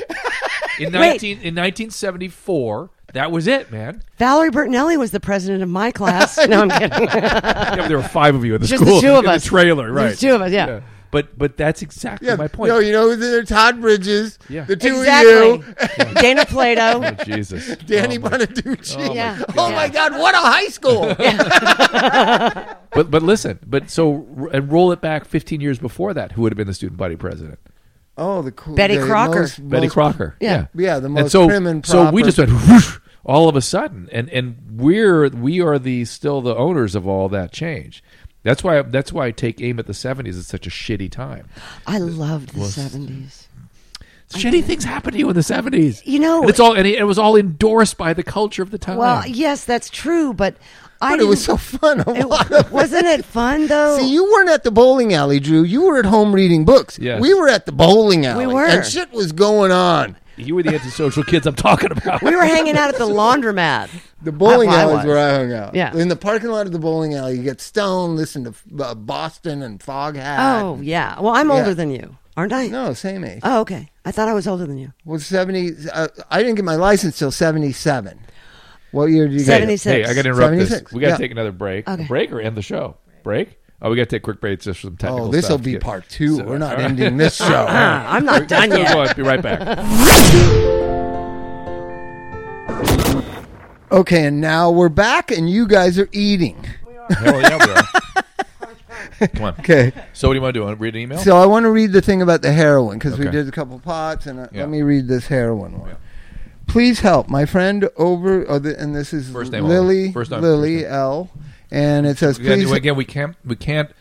In nineteen in nineteen seventy four, that was it, man.
Valerie Bertinelli was the president of my class. No, I'm kidding.
Yeah, but there were five of you in the
Just
school.
the two of
in
us.
The trailer, right?
Just two of us, yeah.
But but that's exactly
yeah,
my point.
No, you know who's in there? Todd Bridges.
Yeah.
The two of you.
Exactly. Dana Plato.
Oh, Jesus.
Danny
Oh, my-
Bonaducci.
my Yeah. God.
Oh my God, what a high school.
Oh. But but listen, but so r- and roll it back 15 years before that. Who would have been the student body president?
Oh, the cool.
Betty
the
Crocker.
most-
Betty
most-
Crocker.
Yeah.
Yeah, the most
and so,
prim and
so we
proper.
just went whoosh, all of a sudden, and and we're we are the still the owners of all that change. That's why that's why I take aim at the 70s. It's such a shitty time.
I loved the seventies.
Shitty things happened to you in the 70s.
You know-
And it's all and it, it was all endorsed by the culture of the time.
Well, yes, that's true, but I
But it was so
didn't-
fun. A
it-
lot of-
wasn't it fun though?
See, you weren't at the bowling alley, Drew. You were at home reading books.
Yes.
We were at the bowling alley.
were.
And shit was going on.
You were the antisocial kids I'm talking about.
we were hanging out at the laundromat.
The bowling
That's
alley
where
is where
I
I hung out.
Uh, Yeah.
In the parking lot of the bowling alley, you get stoned, listen to uh, Boston and Foghat.
Oh yeah. Well, I'm older
Yeah.
than you, aren't I?
No, same age.
Oh, okay. I thought I was older than you.
Well, 70, uh, I didn't get my license till 77. What year did you get
Hey,
it?
76.
Hey, I got to interrupt this.
76,
We got to
yeah.
take another break.
Okay.
Break or end the show? Break? Oh, we got to take a quick break just for some technical
Oh, this will
stuff.
be
Yeah.
part two.
So-
We're not
all right.
ending this show.
Ah, I'm not done
Still
yet.
going. Be right back.
okay, and now we're back, and you guys are eating.
Hell yeah, we are. Come on.
Okay.
So, what do you want to do? Want to read an email?
So I want to read the thing about the heroin because we
Oh. Okay.
did a couple pots, and uh,
Yeah.
let me read this heroin one. Please help my friend over, oh, the, and this is
First name
Lily
only. First name,
Lily
first name.
L, and it says
Again,
please.
again, we can't. We can't.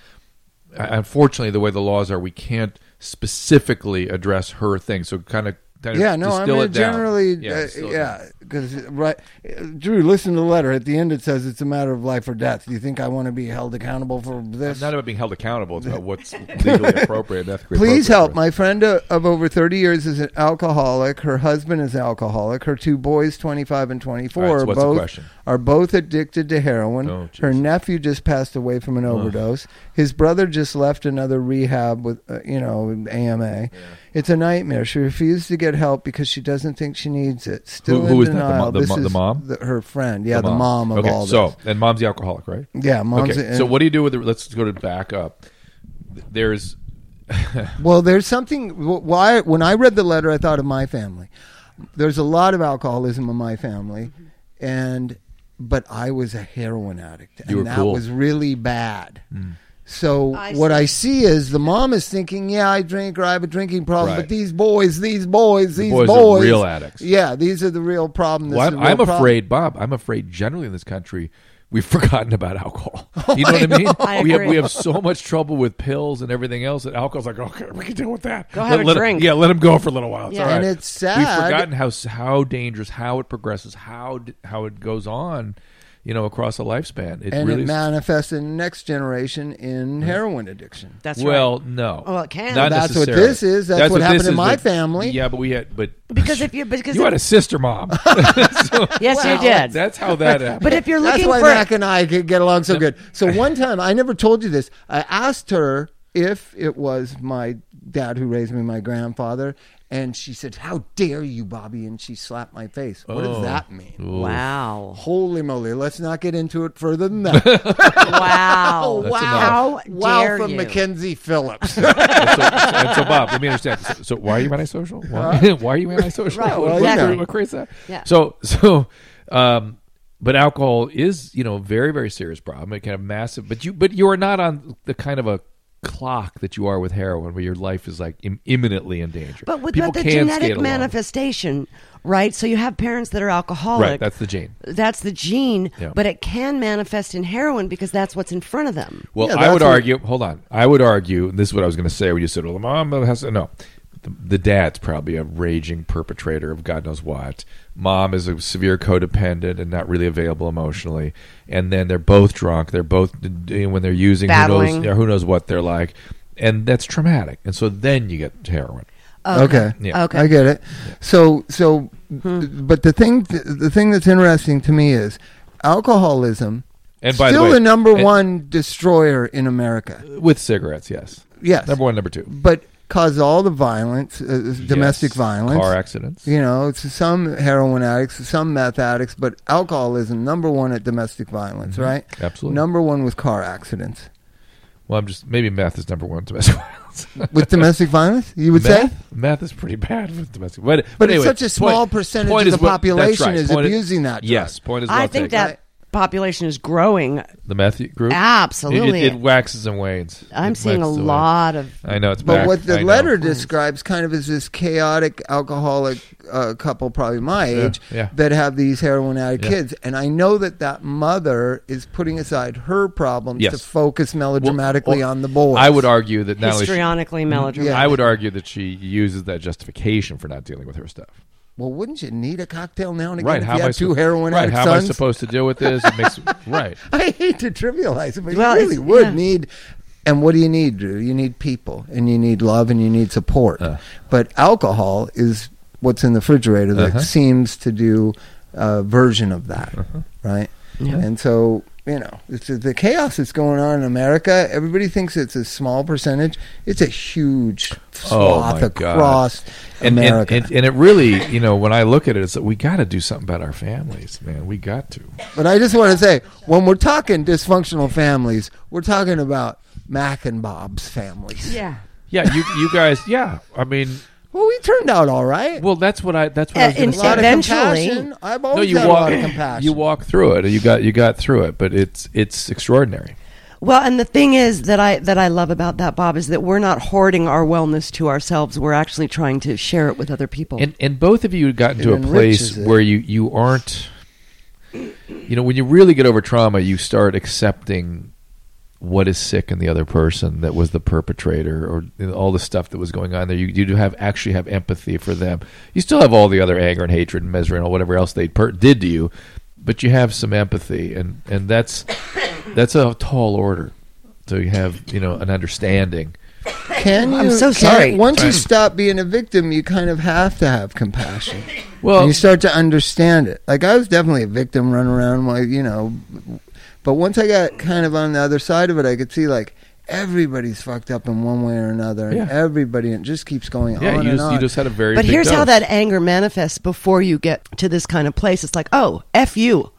uh, Unfortunately, the way the laws are, we can't specifically address her thing. So, kind of. Kind of
yeah, no, I
distill
mean
it down.
generally, uh,
Yeah, distill it down.
yeah, because right, uh, Drew, listen to the letter. At the end, it says it's a matter of life or death. Do you think I want to be held accountable for this?
It's not about being held accountable. It's about what's legally appropriate. and ethically
Please
appropriate.
help. My friend uh, of over 30 years is an alcoholic. Her husband is alcoholic. Her two boys, 25 and 24,
All right, so
are,
what's the
both,
question?
are both addicted to heroin.
Oh, Jesus.
her nephew just passed away from an overdose. His brother just left another rehab with, uh, you know, AMA. It's a nightmare. She refused to get get help because she doesn't think she needs it. Still
Who-
in
who is that? The mo-
denial.
the
This
mo- the
is
mom?
her friend. Yeah, the mom, of
okay,
all this.
so and mom's the alcoholic, right?
yeah, mom's.
okay.
and-
so what do you do with it? Let's go to back up. There's
Well, there's something. wh- Why? When I read the letter, I thought of my family. There's a lot of alcoholism in my family, and but I was a heroin addict, and
were
that
cool. Mm.
was really bad. So
I
what
see.
I see is the mom is thinking, "Yeah, I drink, or I have a drinking problem."
Right.
But these boys, these boys, these
boys are
boys,
real addicts.
Yeah, these are the real problem. This
well,
is
I'm,
the real
I'm
problem.
afraid, Bob. I'm afraid generally in this country we've forgotten about alcohol. you know what I mean?
I
we have
agree.
we have so much trouble with pills and everything else that alcohol's like, okay, we can deal with that. Go
have
let,
a
let
drink.
It, yeah, let him go for a little while. It's
Yeah.
all right.
And it's sad.
We've forgotten how how dangerous, how it progresses, how d- how it goes on, you know, across a lifespan. It
and
really
it manifests in the next generation in heroin addiction.
That's
well, no.
Well, it can.
Not
That's what
necessarily.
this is. That's what happened
this
in
is,
my
but-
family.
Yeah, but we had, but
Because if you- because
you
if-
had a sister mom,
right. Yes,
Well,
you did.
that's how that happened.
but if you're
That's
looking
why
for
Mac and I could get along so good. So one time, I never told you this. I asked her if it was my dad who raised me, my grandfather, and she said, "How dare you, Bobby?" And she slapped my face. What does that
Oh.
mean?
wow,
Holy moly! Let's not get into it further than that.
wow,
enough.
wow,
wow,
dare
from
you.
Mackenzie Phillips.
so, and so Bob, let me understand. So, so why are you antisocial? Why, why are you antisocial?
Right,
What- what,
exactly.
what creates that?
Yeah.
So so, um, but alcohol is you know a very very serious problem. It can have massive. But you but you are not on the kind of a clock that you are with heroin, where your life is like Im- imminently in danger.
But with
People
the
can skate
genetic
along.
manifestation, right? So you have parents that are alcoholic.
Right, that's the gene.
That's the gene,
Yeah.
but it can manifest in heroin because that's what's in front of them.
Well,
Yeah,
I would
that's what-
argue. Hold on, I would argue. And this is what I was going to say when you said, "Well, the mom has to." No, the, the dad's probably a raging perpetrator of God knows what. Mom is a severe codependent and not really available emotionally. And then they're both drunk. They're both when they're using who
Battling.
knows, who knows what they're like, and that's traumatic. And so then you get heroin.
okay.
Yeah.
Okay.
I get it. So so, but the thing the thing that's interesting to me is alcoholism.
And by the
still
way-
number
and-
one destroyer in America.
with cigarettes. Yes,
Yes.
number one, number two,
but cause all the violence, uh, domestic
Yes.
violence.
car accidents.
You know, it's some heroin addicts, some meth addicts, but alcoholism number one at domestic violence, right?
Mm-hmm. Absolutely.
Number one with car accidents.
Well, I'm just maybe meth is number one domestic violence.
With domestic violence, you would say.
Meth, meth is pretty bad with domestic. But,
But it's
anyway,
such a small percentage of the
is what- that's
population
right.
is
Point
abusing that drug.
Yes, point is well
I
taken.
think that population is growing.
the meth group
Absolutely.
it, it, it waxes and wanes.
I'm
It
seeing a
waxes and
lot of
wanes. I know it's
But
back.
what the
I know.
letter describes kind of is this chaotic alcoholic uh, couple, probably my age,
yeah.
that have these heroin addict
Yeah.
kids. And I know that that mother is putting aside her problems
Yes.
to focus melodramatically
Well,
on the boys.
I would argue that not only she- Mm-hmm.
histrionically melodramatic.
Yeah.
I would argue that she uses that justification for not dealing with her stuff.
Well, wouldn't you need a cocktail now and again
Right?
if
How
you
am I
had two
sup-
heroin
Right?
addict
How am I
sons?
supposed to deal with this? It makes right.
I hate to trivialize it, but
Well,
you really
it's-
would
yeah.
need. And what do you need, Drew? You need people, and you need love, and you need support.
Uh.
But alcohol is what's in the refrigerator that
Uh-huh.
seems to do a version of that, right? And so you know, it's the chaos that's going on in America. Everybody thinks it's a small percentage. It's a huge swath
Oh, my God.
across
and, and-
America.
And, and, it really, you know, when I look at it, it's that we got to do something about our families, man. We got to.
But I just want to say, when we're talking dysfunctional families, we're talking about Mac and Bob's families.
Yeah.
Yeah, you, you guys. Yeah, I mean,
Well, we turned out all right.
well, that's what I. That's what I
Uh,
was going
in-
to
a lot
say.
of
eventually-
compassion. I've
no,
always
you
had a
walk.
lot of compassion.
You walk through it. You got you got through it, but it's it's extraordinary.
Well, and the thing is that I that I love about that Bob is that we're not hoarding our wellness to ourselves. We're actually trying to share it with other people.
And and both of you have gotten
It
to a
enriches
place
it.
where you you aren't. You know, when you really get over trauma, you start accepting what is sick in the other person that was the perpetrator or you know, all the stuff that was going on there. You, you do have actually have empathy for them. You still have all the other anger and hatred and misery and all whatever else they per- did to you, but you have some empathy, and and that's that's a tall order. So you have you know an understanding.
can you,
I'm so
can-
sorry.
once you stop being a victim, you kind of have to have compassion.
Well,
and you start to understand it. Like I was definitely a victim, running around like you know. But once I got kind of on the other side of it, I could see like everybody's fucked up in one way or another, and
Yeah.
everybody and it just keeps going
Yeah,
on
you
and
just,
on.
you just had a very.
But
big
here's how
dose.
that anger manifests before you get to this kind of place. It's like, oh, F you.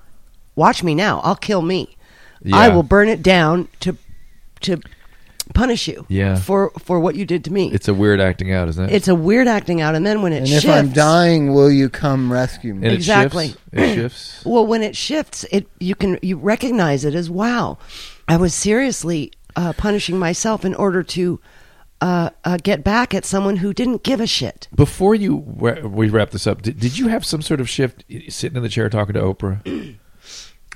Watch me now. I'll kill me. I
Yeah.
will burn it down to to punish you
Yeah.
for, for what you did to me. It's,
It's a weird acting out, isn't it?
a weird acting out. And then when it
and
shifts.
if I'm dying, will you come rescue me?
and it
exactly.
shifts. It shifts.
Well, when it shifts, it you can you recognize it as wow. I was seriously uh, punishing myself in order to uh, uh, get back at someone who didn't give a shit.
Before you wa- we wrap this up, did, did you have some sort of shift i- sitting in the chair talking to Oprah?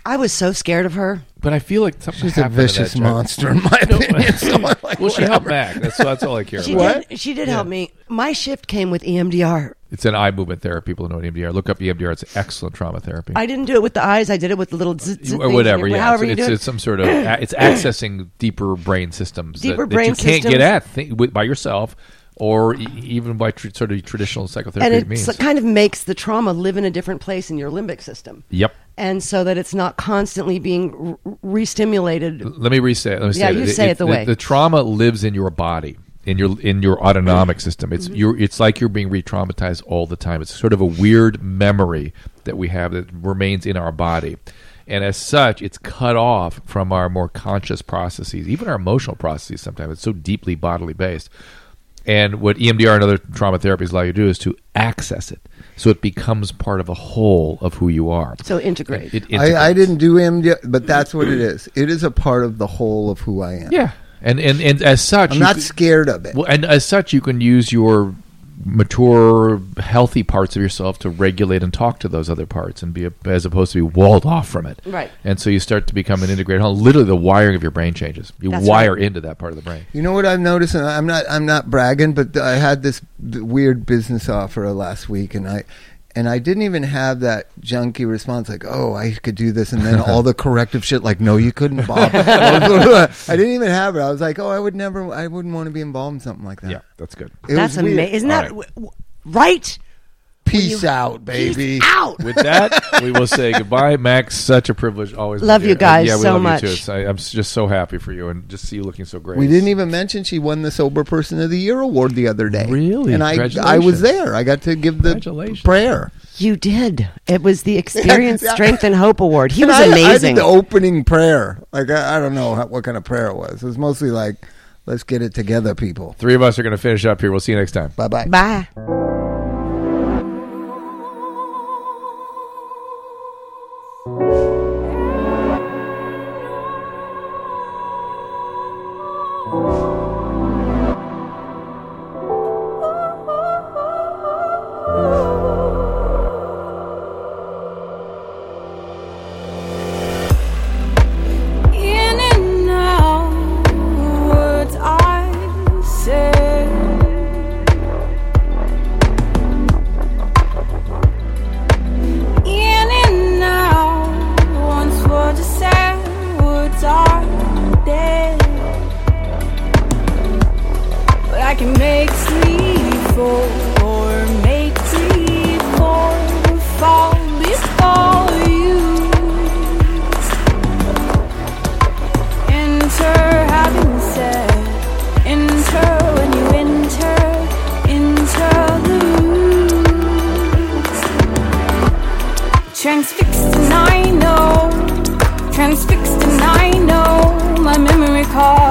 I was so scared of her.
But I feel like something
She's a
happened to that
vicious
child.
monster, in my opinion. so I'm like,
Well, she helped
whatever.
Mac. That's, that's all I care
She
about.
did. She did help me. My shift came with E EMDR.
It's an eye movement therapy. People who know E EMDR. Look up EMDR. It's excellent trauma therapy.
I didn't do it with the eyes. I did it with the little zzz, zzz
You- or
things,
whatever. Yeah,
However
it's,
you do
it's,
it.
it's some sort of a- it's accessing deeper brain systems
Deeper
that,
brain
that you can't
systems.
get at thi- with, by yourself or e- even by tr- sort of traditional
and
psychotherapeutic
it
means.
s- kind of makes the trauma live in a different place in your limbic system.
yep.
And so that it's not constantly being r- re-stimulated.
Let me re-say it. Let me say
Yeah,
it.
you say it the way.
The trauma lives in your body, in your in your
Mm-hmm.
autonomic system. It's you're, it's like you're being re-traumatized all the time. It's sort of a weird memory that we have that remains in our body. And as such, it's cut off from our more conscious processes, even our emotional processes sometimes. It's so deeply bodily based. And what E EMDR and other trauma therapies allow you to do is to access it. So it becomes part of a whole of who you are.
So integrate.
It
I, I
integrates.
didn't do MD, but that's what it is. It is a part of the whole of who I am.
Yeah. And, and, and as such,
I'm
you
not
could-
scared of it.
Well, and as such, you can use your mature, healthy parts of yourself to regulate and talk to those other parts, and be as opposed to be walled off from it.
Right.
And so you start to become an integrated whole. Literally, the wiring of your brain changes. You
That's
wire
right.
into that part of the brain.
You know what I've noticed, and I'm not I'm not bragging, but I had this b- weird business offer last week, and I and I didn't even have that junky response like, "Oh, I could do this," and then all the corrective shit like, "No, you couldn't, Bob." I didn't even have it. I was like, "Oh, I would never, I wouldn't want to be involved in something like that."
Yeah, that's good.
It
That's
was weird.
amazing. Isn't
All
that w- w- right?
Peace out, baby.
Peace out.
With that, we will say goodbye, Max. Such a privilege. Always
Love
been
you
here.
guys
yeah, we
so
love
much.
You too. So I, am just so happy for you, and just see you looking so great.
We didn't even mention she won the Sober Person of the Year award the other day.
Really?
And I, I was
Congratulations.
there. I got to give the
Congratulations.
prayer.
You did. It was the Experience,
Yeah.
Strength, and Hope Award. He
And
was
I, I did
amazing.
the opening prayer. Like I, I don't know how, what kind of prayer it was. It was mostly like, "Let's get it together, people."
Three of us are going to finish up here. We'll see you next time.
Bye bye.
Bye.
In and out, words I said. In and out, once words are said, words are dead. But I can make three, four, or make three, four fall before you. Enter having said. Enter when you enter. Interludes. Transfixed and I know. Transfixed and I know. My memory card.